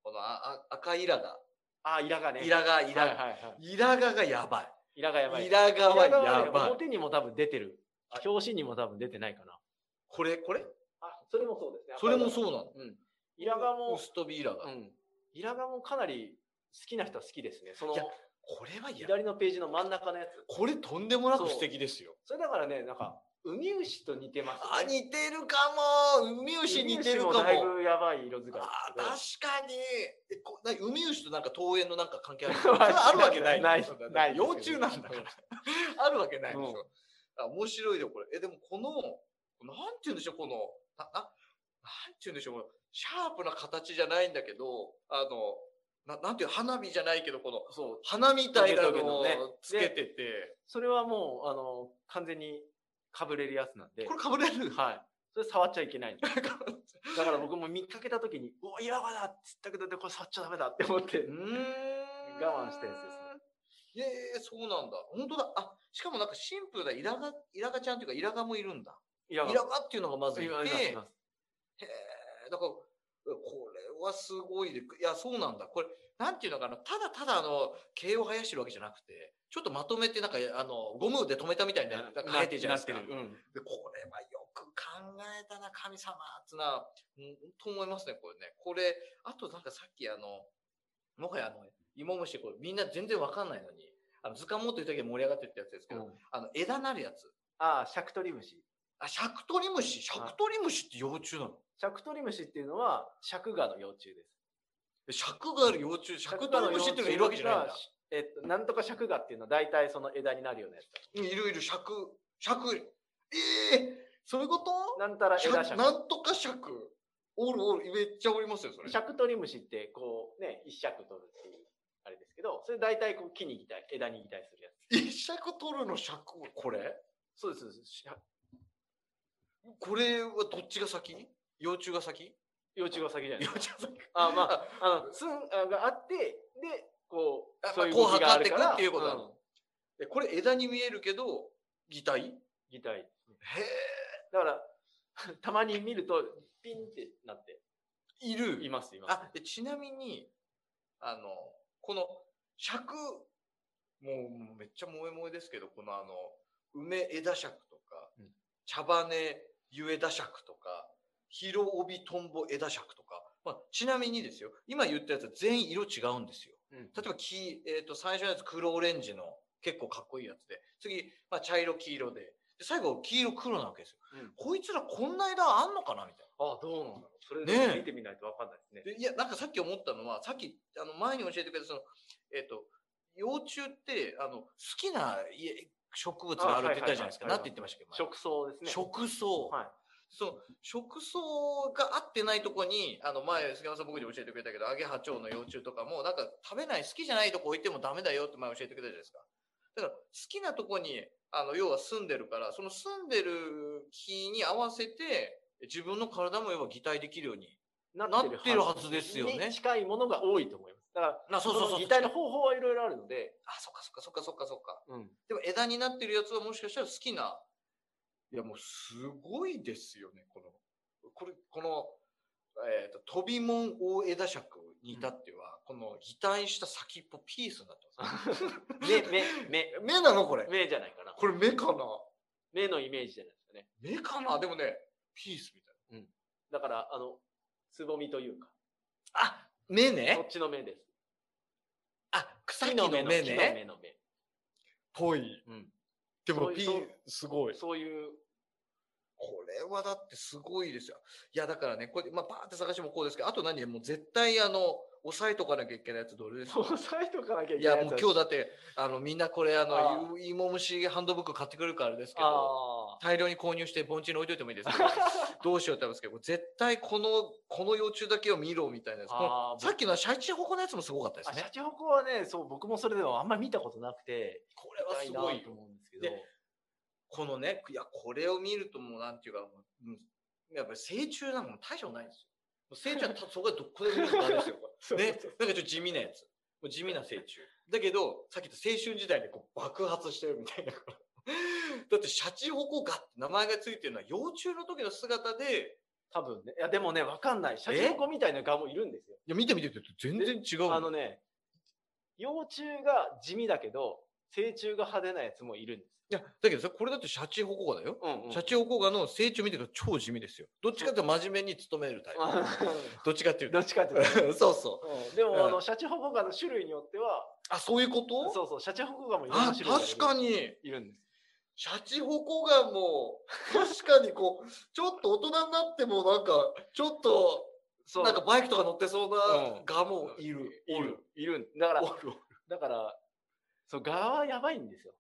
Speaker 1: このああ赤イラガ。
Speaker 2: あ、イラがね。
Speaker 1: イラガ、イラ
Speaker 2: はい
Speaker 1: ガ。
Speaker 2: はいはい。
Speaker 1: イラガがやば
Speaker 2: イラがやば
Speaker 1: い。
Speaker 2: い。
Speaker 1: イラガは
Speaker 2: イラガはね
Speaker 1: やばい。
Speaker 2: 表にも多分出てる
Speaker 1: あ。
Speaker 2: 表紙にも多分出てないかな。
Speaker 1: これ、これ
Speaker 2: あ、それもそうですね
Speaker 1: それもそうなの。
Speaker 2: うん。イラガも
Speaker 1: ウ、ストビイラガ。
Speaker 2: うん。イラガもかなり好きな人は好きですね。その
Speaker 1: いやこれはやばい。
Speaker 2: 左のページの真ん中のやつ。
Speaker 1: これとんでもなく素敵ですよ。
Speaker 2: それだからね、なんか、ウミウシと似てます、
Speaker 1: あ、
Speaker 2: ね。
Speaker 1: 似てるかも。ウミウシ似てるかも。
Speaker 2: ウミウシだいぶやばい色使いで
Speaker 1: あー確
Speaker 2: す
Speaker 1: かにえこなウミウシとなんか桃園のなんか関係ある
Speaker 2: <laughs> まあ
Speaker 1: あるわけない
Speaker 2: ない
Speaker 1: そうだね
Speaker 2: ないです
Speaker 1: 幼
Speaker 2: よ
Speaker 1: 虫なんだから
Speaker 2: <laughs>
Speaker 1: あるわけないでしょ、
Speaker 2: うん
Speaker 1: あ面白いよこれえでもこのなんて言うんでしょうこのなななんて言うんでしょうこのシャープな形じゃないんだけどあのななんていう花火じゃないけどこの
Speaker 2: けど。そう。
Speaker 1: 花みたいな
Speaker 2: トゲトゲ
Speaker 1: の
Speaker 2: の
Speaker 1: を
Speaker 2: ね
Speaker 1: つけてて、
Speaker 2: それはもう、あの、完全に被れるやつなんで。
Speaker 1: これかぶれる <laughs>
Speaker 2: はい。それ触っちゃいけないんです。だから僕も見かけた時に、うわ、イラガだっつったけど、でこれ触っちゃダメだって思って
Speaker 1: う。ーん
Speaker 2: 我慢してるんですよ
Speaker 1: ええそうなんだ。本当だ。あ、しかもなんかシンプルだ。イラガ、イラガちゃんというか、イラガもいるんだ。
Speaker 2: イラ
Speaker 1: イラガっていうのがまずいて、
Speaker 2: イラガいます。
Speaker 1: へえ、だから、これはすごいで、いや、そうなんだ。これ、なんていうのかな、ただただあの、毛を生やしてるわけじゃなくて、ちょっとまとめてなんか、あの、ゴムで止めたみたいにななんか生えてるじゃないですか。
Speaker 2: なって
Speaker 1: で
Speaker 2: るうん。
Speaker 1: これはよく考えたな、神様、つな、うん、と思いますね、これね。これ、あとなんかさっきあの、もはやあの、芋虫、これみんな全然わかんないのに、あの、図鑑持ってる時は盛り上がってるってやつですけど、あの、枝なるやつ。
Speaker 2: ああ、シャクトリムシ。
Speaker 1: あ、シャクトリムシ。シャクトリムシって幼虫なの
Speaker 2: シャクトリムシっていうのは、シャクガの幼虫です。
Speaker 1: 尺がある幼虫、尺と虫っていうのがいるわけじゃないんだ。
Speaker 2: えっと、なんとかシャクガっていうのは大体その枝になるようなやつ。
Speaker 1: うんいるいる、尺、尺。ええそういうこと
Speaker 2: なんたら枝シャ
Speaker 1: 尺
Speaker 2: ク。
Speaker 1: なんとか尺。おるおる、めっちゃおりますよ、それ。
Speaker 2: シャクトリムシって、こうね、一尺取るっていう、あれですけど、それ大体こう木に擬態、枝に擬態するやつ。
Speaker 1: 一尺取るの尺、これ
Speaker 2: そうです、そうです。シャ
Speaker 1: これはどっちが先幼虫が先
Speaker 2: 幼虫が先じゃないで
Speaker 1: 幼
Speaker 2: すか。
Speaker 1: 虫が先。
Speaker 2: あまあ、あの、つんあがあって、で、こ
Speaker 1: あまあ
Speaker 2: う、そういう
Speaker 1: こう
Speaker 2: 動きがあるから
Speaker 1: 測っていくっていうことなの
Speaker 2: ん
Speaker 1: えこれ枝に見えるけど、擬態へ
Speaker 2: 擬態。
Speaker 1: え、
Speaker 2: だから、たまに見ると、ピンってなって、
Speaker 1: いる。
Speaker 2: います、います。
Speaker 1: あ、でちなみに、あの、この尺、もうもうめっちゃ萌え萌えですけど、このあの、梅枝尺とか、
Speaker 2: うん
Speaker 1: 茶羽ゆ枝尺とか、広帯トンボ枝尺とか、まあ、ちなみにですよ、今言ったやつは全員色違うんですよ。
Speaker 2: うん
Speaker 1: 例えば、黄、えっ、と、最初のやつ黒オレンジの結構かっこいいやつで、次、まあ、茶色黄色で、で最後黄色黒なわけですよ。
Speaker 2: うん
Speaker 1: こいつらこんな枝あんのかなみたいな。
Speaker 2: あ、どうなんだろう。それ
Speaker 1: ねえ
Speaker 2: 見てみないとわかんないですね。
Speaker 1: でいや、なんかさっき思ったのは、さっき、あの、前に教えてくれた、その、えっ、と、幼虫って、あの、好きな家植物があるって言ったじゃないですか。
Speaker 2: あは
Speaker 1: ない
Speaker 2: はいはい
Speaker 1: んて言ってましたっけ前
Speaker 2: 食草ですね。
Speaker 1: 食草。
Speaker 2: はい。
Speaker 1: その、食草が合ってないとこに、あの、前、杉山さん僕に教えてくれたけど、アゲハチョウの幼虫とかも、なんか食べない、好きじゃないとこ置いてもダメだよって前教えてくれたじゃないですか。だから、好きなとこに、あの、要は住んでるから、その住んでる木に合わせて、自分の体も要は擬態できるように。
Speaker 2: な
Speaker 1: なってるはずですよね
Speaker 2: に近いものが多いと思います。だから、
Speaker 1: な、そうそう
Speaker 2: そ
Speaker 1: そ
Speaker 2: の
Speaker 1: う。
Speaker 2: 擬態の方法はいろいろあるので、
Speaker 1: あ、そっかそっかそっかそっかそっか。
Speaker 2: うん。
Speaker 1: でも枝になってるやつはもしかしたら好きな。いや、もうすごいですよね、この。これ、この、えっ、と、飛び門大枝尺に至っては、この擬態した先っぽピースになってます。 <laughs>
Speaker 2: 目、目、目。
Speaker 1: 目なのこれ。
Speaker 2: 目じゃないかな。
Speaker 1: これ目かな
Speaker 2: 目のイメージじゃないですかね。
Speaker 1: 目かなでもね、ピースみたい
Speaker 2: だから、あの、つぼみというか、
Speaker 1: な。あ、目
Speaker 2: こ
Speaker 1: ね
Speaker 2: っちの目です。
Speaker 1: あ、草木の目
Speaker 2: 木の
Speaker 1: ね。
Speaker 2: 目の目。
Speaker 1: ぽい。
Speaker 2: うん。
Speaker 1: で
Speaker 2: もピー
Speaker 1: すごい
Speaker 2: そういう、
Speaker 1: これはだってすごいですよ。いや、だからね、これ、まあ、パーって探してもこうですけど、あと何もう絶対、あの、押さえとかなきゃいけないやつどれですか
Speaker 2: 押さえとかなきゃい
Speaker 1: い
Speaker 2: けな
Speaker 1: や
Speaker 2: い、
Speaker 1: もう今日だって、あの、みんなこれ、あ
Speaker 2: あ
Speaker 1: の、い芋虫ハンドブック買ってくるからあれですけど、
Speaker 2: あ
Speaker 1: 大量に購入して盆地に置いといてもいいですけ
Speaker 2: <laughs>
Speaker 1: ど、
Speaker 2: あ。
Speaker 1: どうしようって言ったんですけど、絶対この、この幼虫だけを見ろみたいなやつ。この
Speaker 2: あー
Speaker 1: さっきのシャチホコのやつもすごかったです
Speaker 2: あシ
Speaker 1: ね
Speaker 2: ャ。チホコはね、そう、僕もそれではあんまり見たことなくて、
Speaker 1: これはすごい
Speaker 2: と
Speaker 1: よ。
Speaker 2: 思うんですけど。
Speaker 1: このね、いや、これを見るともうなんていうか、もううんやっぱり成虫なもん大したことないんですよ。もう成虫は
Speaker 2: <laughs>
Speaker 1: たそこでどこでもいいことあるんですよ。
Speaker 2: そう
Speaker 1: ね、なんかちょっと地味なやつ。もう地味な成虫。だけど、さっき言った青春時代でこう爆発してるみたいな。 <laughs> だって、シャチホコガって名前がついてるのは幼虫の時の姿で、
Speaker 2: 多分ね。いや、でもね、わかんない。シャチホコみたいなガもいるんですよ。
Speaker 1: いや、見て見てって全然違う
Speaker 2: あ
Speaker 1: の
Speaker 2: のね、幼虫が地味だけど、成虫が派手なやつもいるんです
Speaker 1: いや、だけどさ、これだってシャチホコガだよ。
Speaker 2: よ。うん、
Speaker 1: シャチホコガの成虫見てると超地味ですよ。どっちかっていうと真面目に勤めるタイプ。どっちかっていう
Speaker 2: <laughs> ど
Speaker 1: と。
Speaker 2: っちかっていうと。
Speaker 1: <laughs> そうそう。
Speaker 2: うんで
Speaker 1: うん
Speaker 2: も、あの、シャチホコガの種類によっては、
Speaker 1: あ、そういうこと
Speaker 2: そうそう、シャチホコガもいろん
Speaker 1: あ
Speaker 2: な、種類がいる
Speaker 1: 確かに。
Speaker 2: いるんです。
Speaker 1: シャチホコがも
Speaker 2: <laughs>
Speaker 1: う、確かにこう、ちょっと大人になってもなんか、ちょっと、
Speaker 2: そう。
Speaker 1: なんかバイクとか乗ってそう
Speaker 2: う
Speaker 1: なんガもいる。
Speaker 2: い
Speaker 1: お
Speaker 2: る。いる。だから、
Speaker 1: おる。
Speaker 2: だから、そう、ガはやばいんですよ。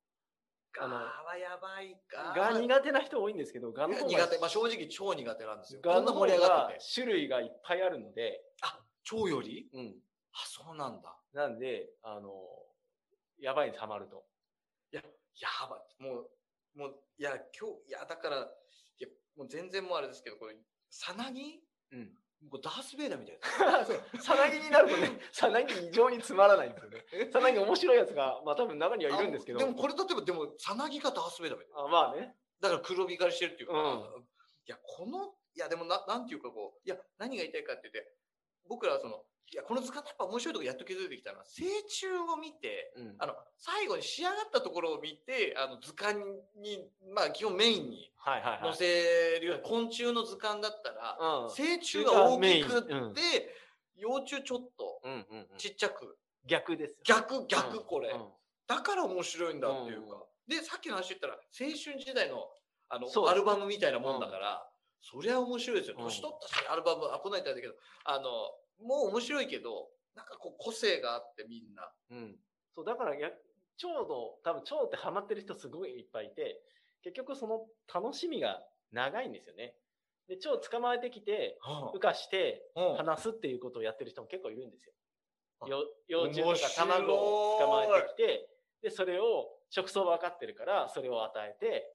Speaker 1: ガはやばいか。
Speaker 2: ガ苦手な人多いんですけど、ガの方が
Speaker 1: 苦手。まあ正直超苦手なんですよ。こ
Speaker 2: ガ
Speaker 1: ん
Speaker 2: の
Speaker 1: な
Speaker 2: 方
Speaker 1: 盛り上がっ
Speaker 2: が
Speaker 1: てて。
Speaker 2: 種類がいっぱいあるので、
Speaker 1: あ、超より
Speaker 2: うん。
Speaker 1: あ、そうなんだ。
Speaker 2: なんで、あの、やばいにハマると。
Speaker 1: やばい。もう、もう、いや、今日、いや、だから、いや、もう全然もうあれですけど、これ、さなぎ
Speaker 2: うん
Speaker 1: もうダース・ベイダーみたい
Speaker 2: <laughs> さなぎになるとね、さなぎ異常につまらないんですよね。さなぎ面白いやつが、まあ多分中に
Speaker 1: な。
Speaker 2: はいるんですけど。
Speaker 1: あでもこれ例えば、でも、さなぎがダース・ベイダーみたい
Speaker 2: あまあね。
Speaker 1: な。だから黒光りしてるっていうか、
Speaker 2: うん
Speaker 1: いや、この、いや、でもな、なんていうかこう、いや、何が言いたいかって言って、僕らはその、いや、この図鑑やっぱ面白いとこやっと気づいてきたのは、成虫を見て、
Speaker 2: うん
Speaker 1: あの、最後に仕上がったところを見て、あの、図鑑に、まあ、基本メインに
Speaker 2: はいはいは
Speaker 1: 載
Speaker 2: い。
Speaker 1: せるような、昆虫の図鑑だったら、
Speaker 2: うん
Speaker 1: 成虫が大きくって、
Speaker 2: うん
Speaker 1: 幼虫ちょっと
Speaker 2: うんうんうん
Speaker 1: ちっちゃく、
Speaker 2: 逆ですよ。
Speaker 1: 逆、
Speaker 2: うん
Speaker 1: 逆これ。
Speaker 2: うん
Speaker 1: だから面白いんだっていうか。で、さっきの話言ったら、青春時代の、あの、
Speaker 2: そう
Speaker 1: アルバムみたいなもんだから、そりゃ面白いですよ。
Speaker 2: うん
Speaker 1: 年取ったし、アルバム、あ、こないだけど、あの、もう面白いけど、なんかこう個性があってみんな。
Speaker 2: うん。そう、だから逆、ちょうど、多分、蝶ってハマってる人すごいいっぱいいて、結局その楽しみが長いんですよね。で、蝶捕まえてきて、羽化して、
Speaker 1: うん
Speaker 2: 話すっていうことをやってる人も結構いるんです
Speaker 1: あ
Speaker 2: よ。よ幼虫とか卵を捕まえてきて、で、それを、食草分かってるから、それを与えて、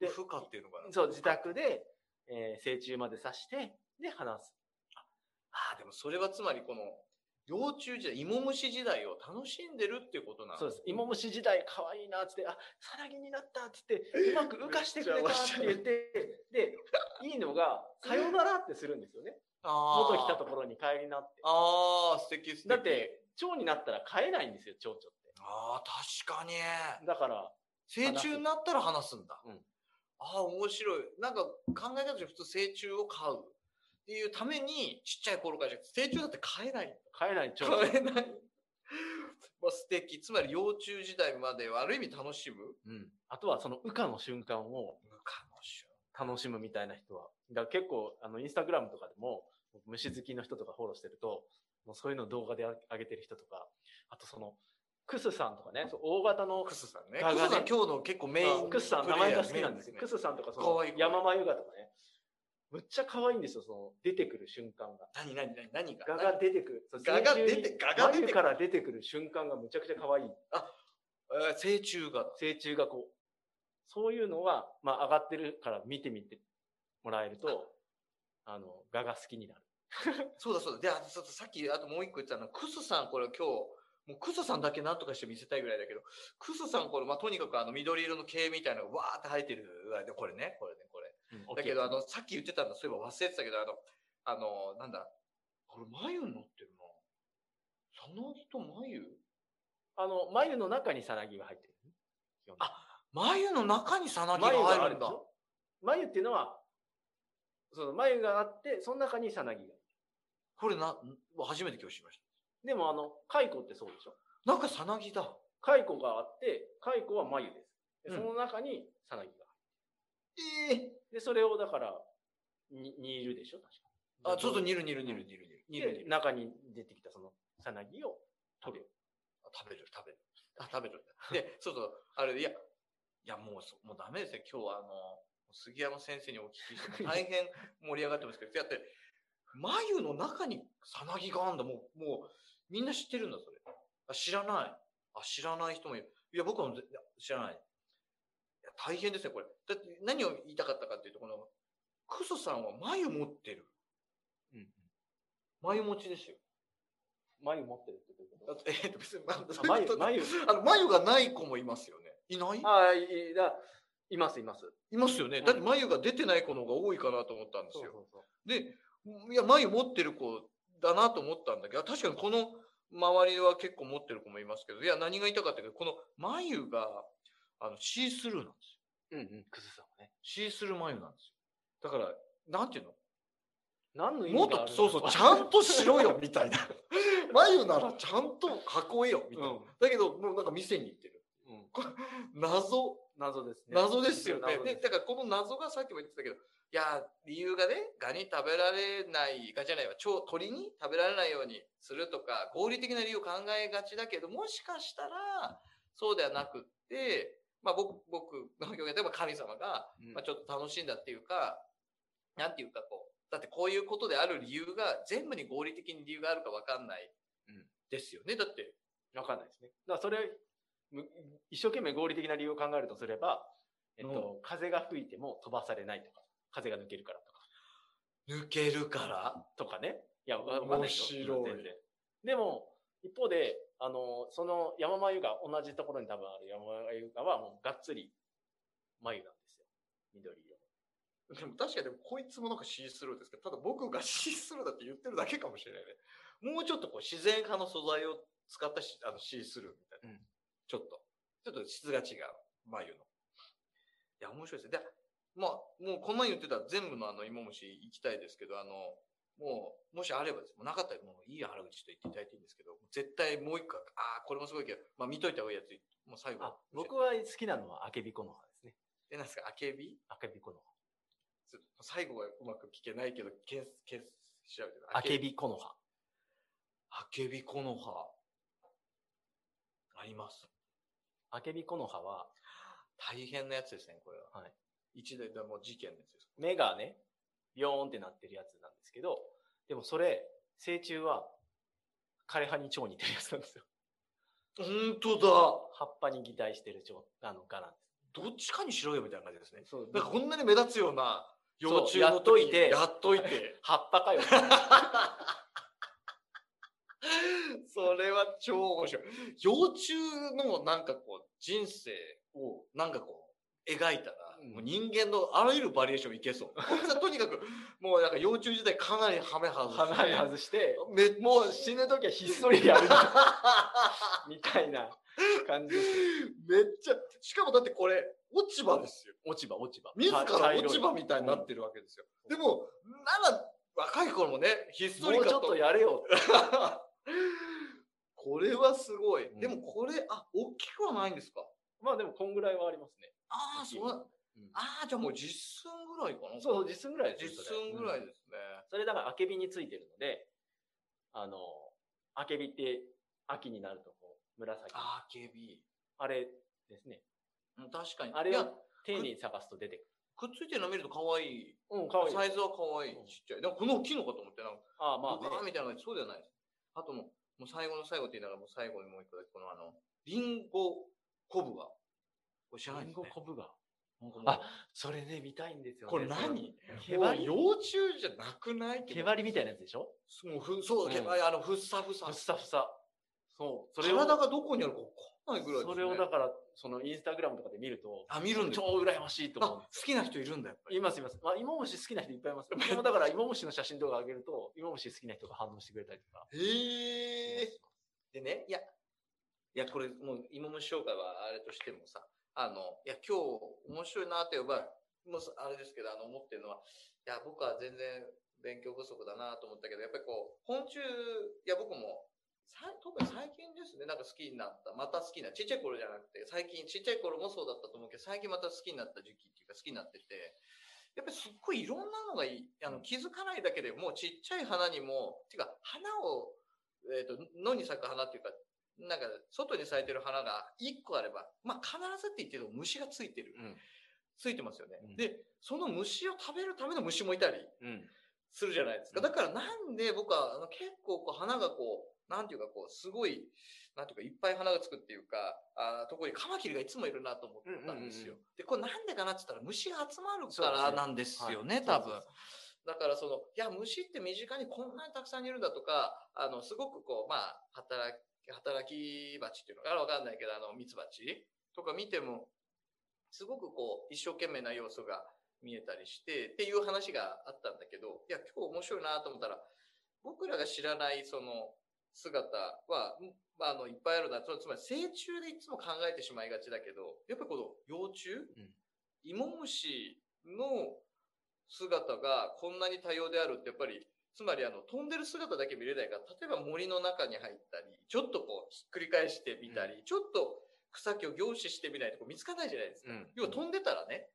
Speaker 2: で
Speaker 1: 負荷っていうのかな。
Speaker 2: そう、自宅で、えー成虫まで刺して、で、話す。
Speaker 1: あーでもそれはつまりこの、幼虫時代、芋虫時代を楽しんでるっていうことなん
Speaker 2: そうです。芋虫時代可愛いなっつって、あ、さなぎになったっつって、うまく浮かしてくれたって言って、で、いいのが、さよならってするんですよね。
Speaker 1: あー
Speaker 2: 元来たところに帰りなって。
Speaker 1: あー、素敵素敵。
Speaker 2: だっ、て、蝶になったら帰れないんですよ、蝶々っ
Speaker 1: ああ、確かに。
Speaker 2: て。だから、
Speaker 1: 成虫になったら話すんだ。
Speaker 2: うん
Speaker 1: ああ、面白い。なんか考え方として普通成虫を飼うっていうために、ちっちゃい頃からじゃなくて、成虫だって飼えない。
Speaker 2: 帰れない蝶
Speaker 1: 飼
Speaker 2: 々。
Speaker 1: <laughs> えない。まあ、素敵。つまり幼虫時代まではある意味楽しむ。
Speaker 2: うん。あとは、その羽化の瞬間を
Speaker 1: 無かもし
Speaker 2: 楽しむみたいな人は。だから結構、あの、インスタグラムとかでも、虫好きの人とかフォローしてると、もうそういうの動画で上げてる人とか、あとその、クスさんとかね、そう大型の
Speaker 1: クスさんね。
Speaker 2: ガガ
Speaker 1: ク
Speaker 2: ね
Speaker 1: スさん今日の結構メイン。
Speaker 2: クスさん、名前が好きなんですよ。
Speaker 1: メイン
Speaker 2: クスさんとか、そ
Speaker 1: かわ
Speaker 2: の
Speaker 1: いい子、
Speaker 2: 山間優雅とかね。むっちゃ可愛いんですよ、その、出てくる瞬間が。
Speaker 1: 何何何何が
Speaker 2: ガが出てくる。そう
Speaker 1: ガが出てガが出てくる
Speaker 2: 眉から出てくる瞬間がむちゃくちゃ可愛い。
Speaker 1: えー成虫が。
Speaker 2: 成虫がこう。そういうのは、まあ、上がってるから見てみてもらえると、あの、ガが好きになる。
Speaker 1: そうだそうだ。で、あとちょっとさっき、あともう一個言ってたの、クスさん、これ今日、もうクスさんだけなんとかして見せたいぐらいだけど、クスさん、これ、まあ、とにかくあの緑色の毛みたいなのがわーって生えてる。でこれね、これね、これ。だけど、あの、さっき言ってたんだ、そういえば忘れてたけど、あの、あの、なんだ、これ眉になってるな。さなぎと眉
Speaker 2: あの、眉の中にさなぎが入ってる。
Speaker 1: あ眉の中にさなぎが
Speaker 2: 眉があ
Speaker 1: 入
Speaker 2: る
Speaker 1: る
Speaker 2: ん
Speaker 1: ん
Speaker 2: だ
Speaker 1: だ。。
Speaker 2: 眉っていうのは、その眉があって、その中にさなぎが。
Speaker 1: これな、ん初めて今日知りまし
Speaker 2: でもあの、蚕ってそうでしょ
Speaker 1: た。なんかさなぎだ。
Speaker 2: 蚕があって、蚕は眉です。で
Speaker 1: うん
Speaker 2: その中にサナギが。
Speaker 1: ええ
Speaker 2: で、それをだから、に、煮るでしょ確か。
Speaker 1: あ、ちょっと煮
Speaker 2: 煮
Speaker 1: る煮る煮る煮る煮る煮
Speaker 2: る。
Speaker 1: る。
Speaker 2: 中に出てきたそのサナギを取る。
Speaker 1: あ食べる、食べる。あ、食べる。
Speaker 2: <laughs>
Speaker 1: で、そうそう、あれ、いや、いや、もうそ、もうダメですね。今日は、あの、杉山先生にお聞きして、もう大変盛り上がって
Speaker 2: <laughs>
Speaker 1: ますけど、だって、眉の中にさなぎがあんだ。もう、もう、みんな知ってるんだ、それ。あ、知らない。あ、知らない人もいる。いや、僕はぜいや知らない。いや、大変ですね、これ。だって、何を言いたかったかっていうと、この、クソさんは眉持ってる。
Speaker 2: うん。
Speaker 1: 眉持ちですよ。
Speaker 2: 眉持ってるって
Speaker 1: だ
Speaker 2: こ
Speaker 1: ってえっ、と、別に、まあ
Speaker 2: とあ眉、眉。
Speaker 1: あの、眉がない子もいますよね。いない
Speaker 2: ああ、いい、だ、います、います。
Speaker 1: いますよね。だって眉が出てない子の方が多いかなと思ったんです
Speaker 2: そう
Speaker 1: よ。
Speaker 2: そうそう。
Speaker 1: で、いや、眉持ってる子だなと思ったんだけど、確かにこの周りは結構持ってる子もいますけど、いや、何が言いたかったけど、この眉が、あの、シースルーなんですよ。
Speaker 2: うんうん、クズさんもね。
Speaker 1: シースルー眉なんですよ。だから、なんていうの
Speaker 2: 何の意味
Speaker 1: も
Speaker 2: があ
Speaker 1: っ
Speaker 2: るの
Speaker 1: と、そうそう、ちゃんとしろよ、みたいな。 <laughs> 眉ならちゃんと囲えよ、みたいな。だけど、もうなんか店に行ってる。
Speaker 2: うん。うん
Speaker 1: 謎。
Speaker 2: 謎ですね。
Speaker 1: 謎ですよね
Speaker 2: 謎。
Speaker 1: で、だからこの謎がさっきも言ってたけど、いや、理由がね、ガに食べられない、ガじゃないわ、鳥鳥に食べられないようにするとか、合理的な理由を考えがちだけど、もしかしたら、そうではなくって、まあ僕、僕の表現でも神様が、
Speaker 2: うん
Speaker 1: まあちょっと楽しんだっていうか、なんていうかこう、だってこういうことである理由が、全部に合理的に理由があるかわかんない
Speaker 2: うん
Speaker 1: ですよね。だって、
Speaker 2: わかんないですね。だからそれ、む一生懸命合理的な理由を考えるとすれば、えっと、風が吹いても飛ばされないとか、風が抜けるからとか。
Speaker 3: 抜けるから
Speaker 2: とかね。いや、わわかんないですよ
Speaker 1: 面白い
Speaker 2: 全然でも、一方で、あの、その山眉が、同じところに多分ある山眉がは、もうがっつり眉なんですよ。緑色。
Speaker 1: でも確かにでもこいつもなんかシースルーですけど、ただ僕がシースルーだって言ってるだけかもしれないね。もうちょっとこう自然派の素材を使ったしあのシースルーみたいな。
Speaker 2: うん
Speaker 1: ちょっと。ちょっと質が違う。眉の。いや、面白いですね。で、まあ、もうこんなに言ってたら全部のあの芋虫行きたいですけど、あの、もう、もしあればです。もうなかったらもういいや、原口と言っていただいていいんですけど、絶対もう一個、ああ、これもすごいけど、まあ見といた方がいいやつ、もう最後。
Speaker 2: あ、僕は好きなのは、アケビコの葉ですね。
Speaker 1: え、なんですか、あけび
Speaker 2: アケビコの
Speaker 1: ちょっと最後はうまく聞けないけど、けん、けん、調べて
Speaker 2: 葉。アケ。ビコの葉。
Speaker 1: あけびこの葉。あります。
Speaker 2: アケビコの葉は、
Speaker 1: 大変なやつですね、これは。
Speaker 2: はい。
Speaker 1: 一台でもう事件のやつです。
Speaker 2: 目がね、ビヨーンってなってるやつなんですけど、でもそれ、成虫は、枯葉に蝶に似てるやつなんですよ。
Speaker 1: ほんと
Speaker 2: 葉っぱに擬態してる蝶、あの、柄なんで
Speaker 1: だどっちかにしろよみたいな感じですね。
Speaker 2: す。そう
Speaker 1: なんかこんなに目立つような幼虫
Speaker 2: そうやっといて
Speaker 1: やっといて。
Speaker 2: 葉っぱ <laughs> かよ。
Speaker 1: それは超面白い。幼虫のなんかこう、人生をなんかこう、描いたら、
Speaker 2: うん
Speaker 1: もう人間のあらゆるバリエーションいけ
Speaker 2: <laughs>
Speaker 1: そう。こいつはとにかく、もうなんか幼虫時代かなりハメ外して。
Speaker 2: 花に外 <laughs> して、
Speaker 1: めっ
Speaker 2: もう死ぬ時はひっそりやる。 <laughs> みたいな感じですよ。
Speaker 1: めっちゃ、しかもだってこれ、落ち葉ですよ。
Speaker 2: 落ち葉、落ち葉。
Speaker 1: 自
Speaker 2: 茶
Speaker 1: ら
Speaker 2: 色い
Speaker 1: 落ち葉みたいになってるわけですよ。
Speaker 2: うん
Speaker 1: でも、なら、若い頃もね、ひっそり
Speaker 2: もう
Speaker 1: か
Speaker 2: ちょっとやれよ。
Speaker 1: <laughs> これはすごい。
Speaker 2: うん
Speaker 1: でもこれ、あ、大きくはないんですか
Speaker 2: まあでも、こんぐらいはありますね。
Speaker 1: ああ、
Speaker 2: 大きい
Speaker 1: そうな
Speaker 2: うん
Speaker 1: ああ、じゃあもう実寸ぐらいかな。
Speaker 2: そうそう、実寸ぐらいです
Speaker 1: 実
Speaker 2: よ。それ
Speaker 1: 寸ぐらいですね。
Speaker 2: それだから、あけびについてるので、あの、あけびって秋になるとこう、紫。あ
Speaker 1: あー RKB。
Speaker 2: れですね。
Speaker 1: うん確かに。
Speaker 2: あれ
Speaker 1: い
Speaker 2: を
Speaker 1: や、
Speaker 2: 丁寧に探すと出てく
Speaker 1: くっついてるの見ると可愛い。
Speaker 2: る。うん、かわいい。
Speaker 1: サイズは可愛い。
Speaker 2: うん
Speaker 1: ちっちゃい。でもこの大きいのかと思って、なんか、
Speaker 2: ああ、
Speaker 1: ま
Speaker 2: ま
Speaker 1: あ、
Speaker 2: あね。
Speaker 1: みたいな感じ、そうじゃないです。あともう、もう最後の最後って言いながら、もう最後にもう一個だけ、このあの、リンゴコブが。これ知らない
Speaker 2: リ
Speaker 1: で
Speaker 2: ン
Speaker 1: す
Speaker 2: ゴ
Speaker 1: ね。
Speaker 2: コブが。
Speaker 1: なんかもう
Speaker 2: あ、それね、見たいんですよね。
Speaker 1: これ
Speaker 2: その
Speaker 1: 何
Speaker 2: 毛張り
Speaker 1: もう幼虫じゃなくない
Speaker 2: 毛張りみたいなやつでしょ
Speaker 1: り。もうふ、そう、毛張り、あの、ふっさふさ
Speaker 2: ふっ。さふさ。そう。それを
Speaker 1: 体がどこにあるかわかんないぐらいです、ね。
Speaker 2: それをだから、そのインスタグラムとかで見ると、
Speaker 1: あ、見るんです
Speaker 2: 超
Speaker 1: よ
Speaker 2: 羨ましいと
Speaker 1: あ、
Speaker 2: 思うん
Speaker 1: 好
Speaker 2: ですよ。
Speaker 1: きな人いるんだ、やっぱり。
Speaker 2: いますいます。まあ、芋虫好きな人いっぱいいます。僕もだから芋虫の写真動画上げると、芋虫好きな人が反応してくれたりとか。
Speaker 1: へえ。でね、いや、いや、これもう、芋虫紹介はあれとしてもさ、あの、いや、今日面白いなって、まあ、もうさあれですけど、あの、思ってるのは、いや、僕は全然勉強不足だなと思ったけど、やっぱりこう、昆虫、いや、僕も、さ特に最近ですね、なんか好きになった、また好きな、ちっちゃい頃じゃなくて、最近、ちっちゃい頃もそうだったと思うけど、最近また好きになった時期っていうか、好きになってて、やっぱりすっごいいろんなのがいい、あの、気づかないだけでもうちっちゃい花にも、ていうか、花をえっ、と、野に咲く花っていうか、なんか、外に咲いてる花が1個あれば、まあ、必ずって言ってる虫がついてる。
Speaker 2: うん。
Speaker 1: ついてますよね。
Speaker 2: うん
Speaker 1: で、その虫を食べるための虫もいたり
Speaker 2: うん。
Speaker 1: するじゃないですか。
Speaker 2: うん
Speaker 1: だからなんで僕は、あの結構こう花がこう、なんていうかこう、すごい、なんていうかいっぱい花がつくっていうか、あーとこにカマキリがいつもいるなと思ったんですよ。
Speaker 2: うんうんうん
Speaker 1: で、これなんでかなって言ったら虫が集まる
Speaker 2: そう
Speaker 1: か
Speaker 2: ですね
Speaker 1: らなんですよね、
Speaker 2: はい
Speaker 1: 多
Speaker 2: そう
Speaker 1: 分
Speaker 2: そう。
Speaker 1: だからその、いや、虫って身近にこんなにたくさんいるんだとか、あの、すごくこう、まあ、働き、働き蜂っていうのかなわかんないけど、あの、蜜蜂とか見ても、すごくこう、一生懸命な要素が見えたりして、っていう話があったんだけど、いや、今日面白いなと思ったら、僕らが知らないその姿は、んまあ、あの、いっぱいあるな。つつまり、成虫でいつも考えてしまいがちだけど、やっぱりこの幼虫、
Speaker 2: ん
Speaker 1: イモムシの姿がこんなに多様であるって、やっぱり、つまりあの、飛んでる姿だけ見れないから、例えば森の中に入ったり、ちょっとこう、ひっくり返してみたり、ちょっと草木を凝視してみないとこう見つかんないじゃないですか。
Speaker 2: うん。
Speaker 1: 要は飛んでたらね、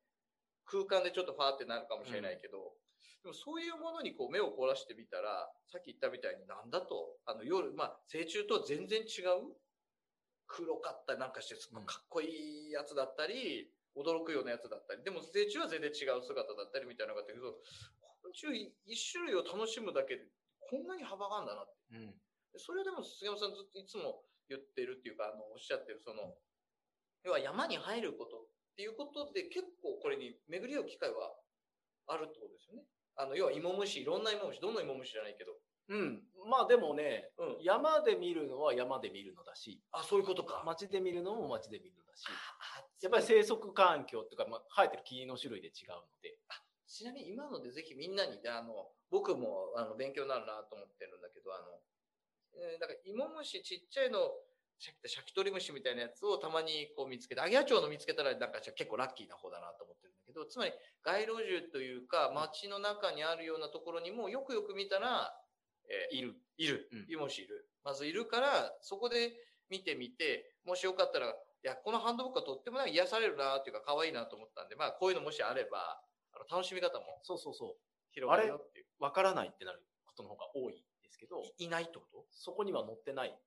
Speaker 1: 空間でちょっとファーってなるかもしれないけど、でもそういうものにこう目を凝らしてみたら、さっき言ったみたいになんだと、あの夜、まあ、成虫とは全然違う黒かったりなんかして、すっごいかっこいいやつだったり、驚くようなやつだったり、でも成虫は全然違う姿だったりみたいなのがあったけど、昆虫一種類を楽しむだけで、こんなに幅があるんだなって
Speaker 2: うん。
Speaker 1: でそれでも杉山さんずっといつも言ってるっていうか、あの、おっしゃってる、その、要は山に入ることっていうことで結構これに巡り合う機会はあるってことですよね。あの、要は芋虫、いろんな芋虫、どの芋虫じゃないけど。
Speaker 2: うん。まあでもね、
Speaker 1: うん
Speaker 2: 山で見るのは山で見るのだし、
Speaker 1: あ、そういうことか。
Speaker 2: 街で見るのも街で見るのだし、
Speaker 1: あ
Speaker 2: やっぱり生息環境とか、まあ、生えてる木の種類で違うので、
Speaker 1: ちなみに今のでぜひみんなに、あの、僕もあの勉強になるなと思ってるんだけど、あの、えー、なんか芋虫ちっちゃいの、シャキシャキトリムシみたいなやつをたまにこう見つけて、アゲハチョウの見つけたらなんか結構ラッキーな方だなと思ってるんだけど、つまり街路樹というか街の中にあるようなところにもよくよく見たら、えー
Speaker 2: いる。
Speaker 1: いる
Speaker 2: うん。
Speaker 1: イモシいる。まずいるから、そこで見てみて、もしよかったら、いや、このハンドブックはとってもなんか癒されるなっていうか、可愛いなと思ったんで、まあ、こういうのもしあれば、あの楽しみ方も
Speaker 2: そうそうそ
Speaker 1: 広がるよっていう。
Speaker 2: う。わからないってなることの方が多いですけど、
Speaker 1: いいないってこと
Speaker 2: そこには載ってない。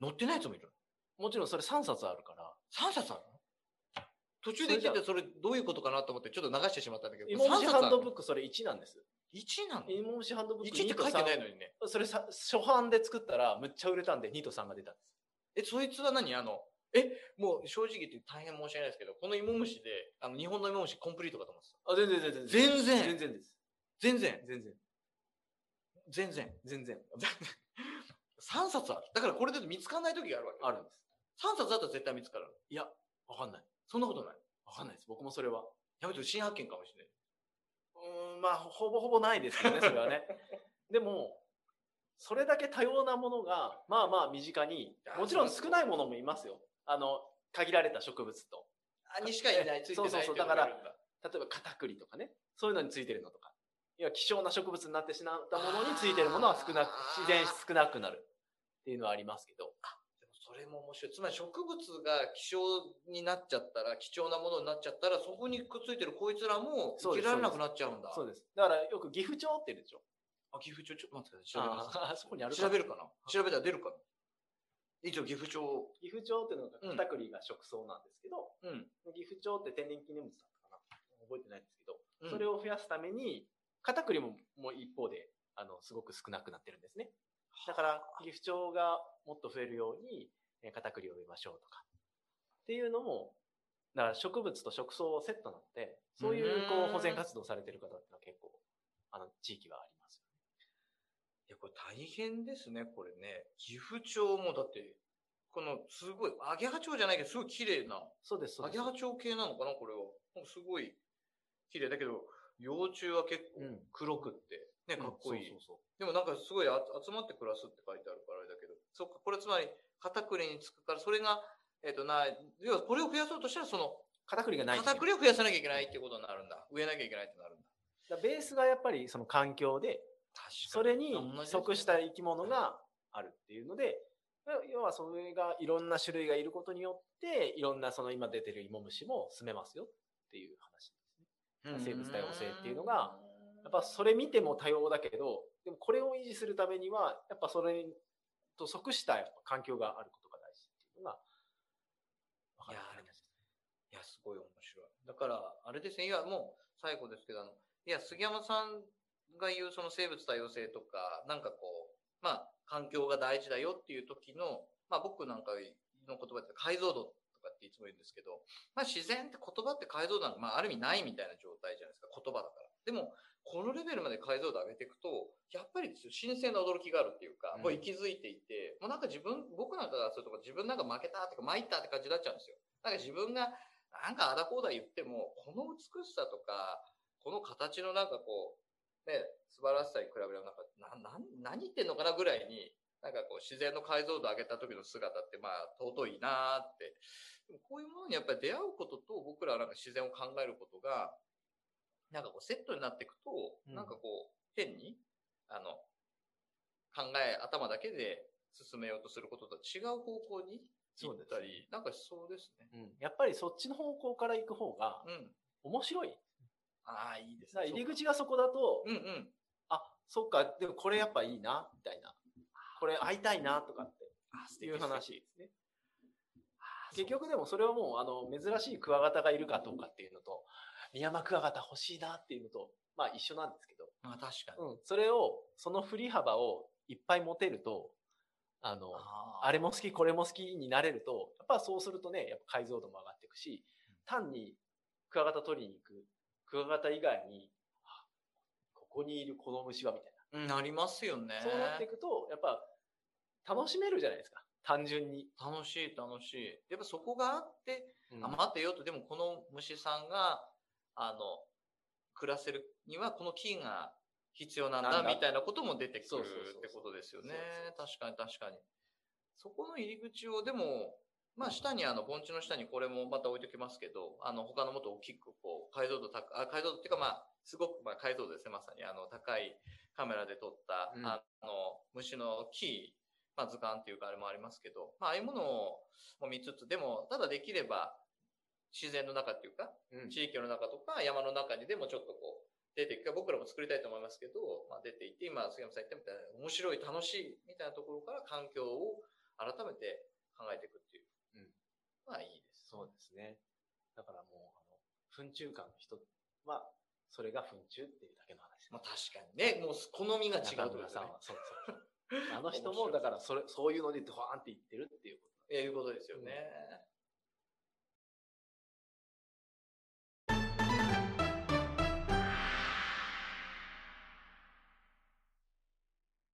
Speaker 1: 乗ってないやつもいる
Speaker 2: もちろんそれ3冊あるから、
Speaker 1: の ?3 冊あるの途中で聞いてそれどういうことかなと思ってちょっと流してしまったんだけど、
Speaker 2: 芋虫ハンドブ
Speaker 1: ッ
Speaker 2: ックそれ1なんです。
Speaker 1: ク ?1 なの
Speaker 2: 芋虫ハンドブッ
Speaker 1: ?1 っ
Speaker 2: ク
Speaker 1: て書い
Speaker 2: 2
Speaker 1: てな
Speaker 2: と
Speaker 1: いの
Speaker 2: 3。
Speaker 1: にね。
Speaker 2: それさ初版で作ったらむっちゃ売れたんで2と3が出たんです。
Speaker 1: え、そいつは何あの、え、もう正直言って大変申し訳ないですけど、このイモムシで、あの、日本のイモムシコンプリートかと思ってた。
Speaker 2: あ、全然全然
Speaker 1: 全然
Speaker 2: 全然です。
Speaker 1: 全然。
Speaker 2: 全然。
Speaker 1: 全然。
Speaker 2: 全然。
Speaker 1: 3冊ある。だからこれで見つかんない時があるわけ。
Speaker 2: あるんです。
Speaker 1: 3冊あったら絶対見つかる。
Speaker 2: いや、わかんない。
Speaker 1: そんなことない。
Speaker 2: わかんないです。僕もそれは。
Speaker 1: やめて、新発見かもしれない。
Speaker 2: うん、まあ、ほぼほぼないですよね、それ
Speaker 1: <laughs>
Speaker 2: はね。でも、それだけ多様なものが、まあまあ身近に、もちろん少ないものもいますよ。あの、限られた植物と。
Speaker 1: あ、にしかいない、ついてない
Speaker 2: そうそうそう
Speaker 1: っていのがあるんだ
Speaker 2: 例えばカタクリとかね。そういうのについてるのとか。いや、希少な植物になってしまったものについてるものは少なく
Speaker 1: あ、ー
Speaker 2: 自然少なくなる。っていうのはありますけど。
Speaker 1: でもそれも面白い。つまり植物が希少になっちゃったら、貴重なものになっちゃったら、そこにくっついてるこいつらも
Speaker 2: そう
Speaker 1: 生
Speaker 2: で
Speaker 1: き
Speaker 2: す
Speaker 1: られなくなっちゃうんだ。
Speaker 2: そうです。だからよく岐阜町って言うでしょ。
Speaker 1: あ、岐阜町、ちょっと待ってください。調べます。
Speaker 2: ああ、 <laughs> そこにある
Speaker 1: 調べるかな調べたら出るかな一応岐阜町。
Speaker 2: 岐阜町っていうのがカタクリが食草なんですけど、
Speaker 1: うん。
Speaker 2: 岐阜町って天然記念物だったかな覚えてないんですけど、
Speaker 1: うん
Speaker 2: それを増やすために、カタクリももう一方で、あの、すごく少なくなってるんですね。だから、岐阜町がもっと増えるように、えーカタクリを植えましょうとか。っていうのも、だから植物と食草をセットなので、そういう、
Speaker 1: う
Speaker 2: こ
Speaker 1: ーん
Speaker 2: う、保全活動されてる方っていうのは結構、あの、地域はあります。
Speaker 1: いや、これ大変ですね、これね。岐阜町もだって、このすごい、アゲハチョウじゃないけど、すごい綺麗な、
Speaker 2: そうです、そ
Speaker 1: ア
Speaker 2: うで
Speaker 1: ゲ
Speaker 2: す。
Speaker 1: ハチョウ系なのかな、これは。なんかすごい綺麗だけど、幼虫は結構
Speaker 2: うん
Speaker 1: 黒くって、ね、かっこいい。
Speaker 2: そうそうそ
Speaker 1: でもなんかすごいあ集まって暮らすって書いてあるからあれだけど、そっか、これつまり、片栗につくから、それが、えっ、と、ない、要はこれを増やそうとしたら、その、
Speaker 2: う。カタクリがない。
Speaker 1: 片栗を増やさなきゃいけないってことになるんだ。植えなきゃいけないってなるんだ。
Speaker 2: だからベースがやっぱりその環境で、
Speaker 1: 確かに。
Speaker 2: それに
Speaker 1: 同じですね
Speaker 2: 即した生き物があるっていうので、要はそれがいろんな種類がいることによって、いろんなその今出てる芋虫も住めますよっていう話。生物多様性っていうのがやっぱそれ見ても多様だけど、でもこれを維持するためには、やっぱそれと即したやっぱ環境があることが大事っていうのが、わかる
Speaker 1: いやーでもいや、すごい面白い。だから、あれですね、いや、もう最後ですけど、あの、いや、杉山さんが言うその生物多様性とか、なんかこう、まあ、環境が大事だよっていう時の、まあ僕なんかの言葉って解像度とかっていつも言うんですけど、まあ自然って言葉って解像度なんか、まあある意味ないみたいな状態じゃないですか、言葉だから。でも、このレベルまで解像度上げていくと、やっぱりですよ新鮮な驚きがあるっていうか
Speaker 2: う、ん
Speaker 1: これ息づいていて、もうなんか自分、僕なんかがすると自分なんか負けたとか、参ったって感じになっちゃうんですよ。なんか自分が、なんかあだこうだ言っても、この美しさとか、この形のなんかこう、ね、素晴らしさに比べればなんか、な、な、何言ってんのかなぐらいに、なんかこう自然の解像度を上げた時の姿ってまあ尊いなーって。でもこういうものにやっぱり出会うことと僕らはなんか自然を考えることが、なんかこうセットになっていくと、
Speaker 2: うん
Speaker 1: なんかこう変に、あの、考え、頭だけで進めようとすることとは違う方向に行った
Speaker 2: そうです
Speaker 1: り、なんかしそうですね。
Speaker 2: うんやっぱりそっちの方向から行く方が
Speaker 1: うん。
Speaker 2: 面白い。
Speaker 1: ああ、いいです
Speaker 2: だから
Speaker 1: ね。
Speaker 2: 入り口がそこだと、
Speaker 1: うんうん。
Speaker 2: あ、そっか、でもこれやっぱいいな、みたいな。これ会いたいな、とかって。
Speaker 1: あ素
Speaker 2: っ
Speaker 1: 敵
Speaker 2: ていう話ですね。
Speaker 1: ー
Speaker 2: 結局でもそれはもうあの珍しいクワガタがいるかどうかっていうのと、ミヤマクワガタ欲しいなっていうのと、まあ一緒なんですけど、
Speaker 1: まあ確かに。
Speaker 2: うん、それを、その振り幅をいっぱい持てると、あの、
Speaker 1: あ
Speaker 2: あれも好き、これも好きになれると、やっぱそうするとね、やっぱ解像度も上がっていくし、単にクワガタ取りに行く、クワガタ以外に、あこここにいるこの虫はみたい
Speaker 1: うんなりますよね
Speaker 2: な。。そうなっていくと、やっぱ、楽しめるじゃないですか。単純に。
Speaker 1: 楽しい楽しい。やっぱそこがあって、
Speaker 2: うん
Speaker 1: あ、待てよと、でもこの虫さんが、あの、暮らせるにはこの菌が必要なん
Speaker 2: な
Speaker 1: だ
Speaker 2: んだ
Speaker 1: みたいなことも出てく
Speaker 2: そう
Speaker 1: る
Speaker 2: そうそうそう
Speaker 1: ってことですよね
Speaker 2: そう。
Speaker 1: 確かに確かに。そこの入り口を、でも、まあ下にあの盆地の下にこれもまた置いときますけど、あの他のもっと大きくこう解像度高、あ解像度っていうかまあ、すごくまあ解像度ですね、まさにあの高いカメラで撮った、
Speaker 2: うん
Speaker 1: あの虫の木、まあ図鑑っていうかあれもありますけど、まあああいうものをも見つつ、でもただできれば自然の中っていうか、
Speaker 2: うん
Speaker 1: 地域の中とか山の中にでもちょっとこう、出ていくか、僕らも作りたいと思いますけど、まあ、出ていって、今、杉山さん言ったみたいな、面白い、楽しいみたいなところから環境を改めて考えていくっていう。
Speaker 2: うん
Speaker 1: まあいいです。
Speaker 2: そうですね。だからもう、あの、糞虫館の人は、それが糞虫っていうだけの話です。
Speaker 1: まあ確かにね、もう好みが違う
Speaker 2: 中
Speaker 1: とか
Speaker 2: 村さ
Speaker 1: さ
Speaker 2: ん、は、そうそう。あの人も、だから、それ、そういうので、ドワーンって言ってるっていうこ
Speaker 1: えいうことですよね。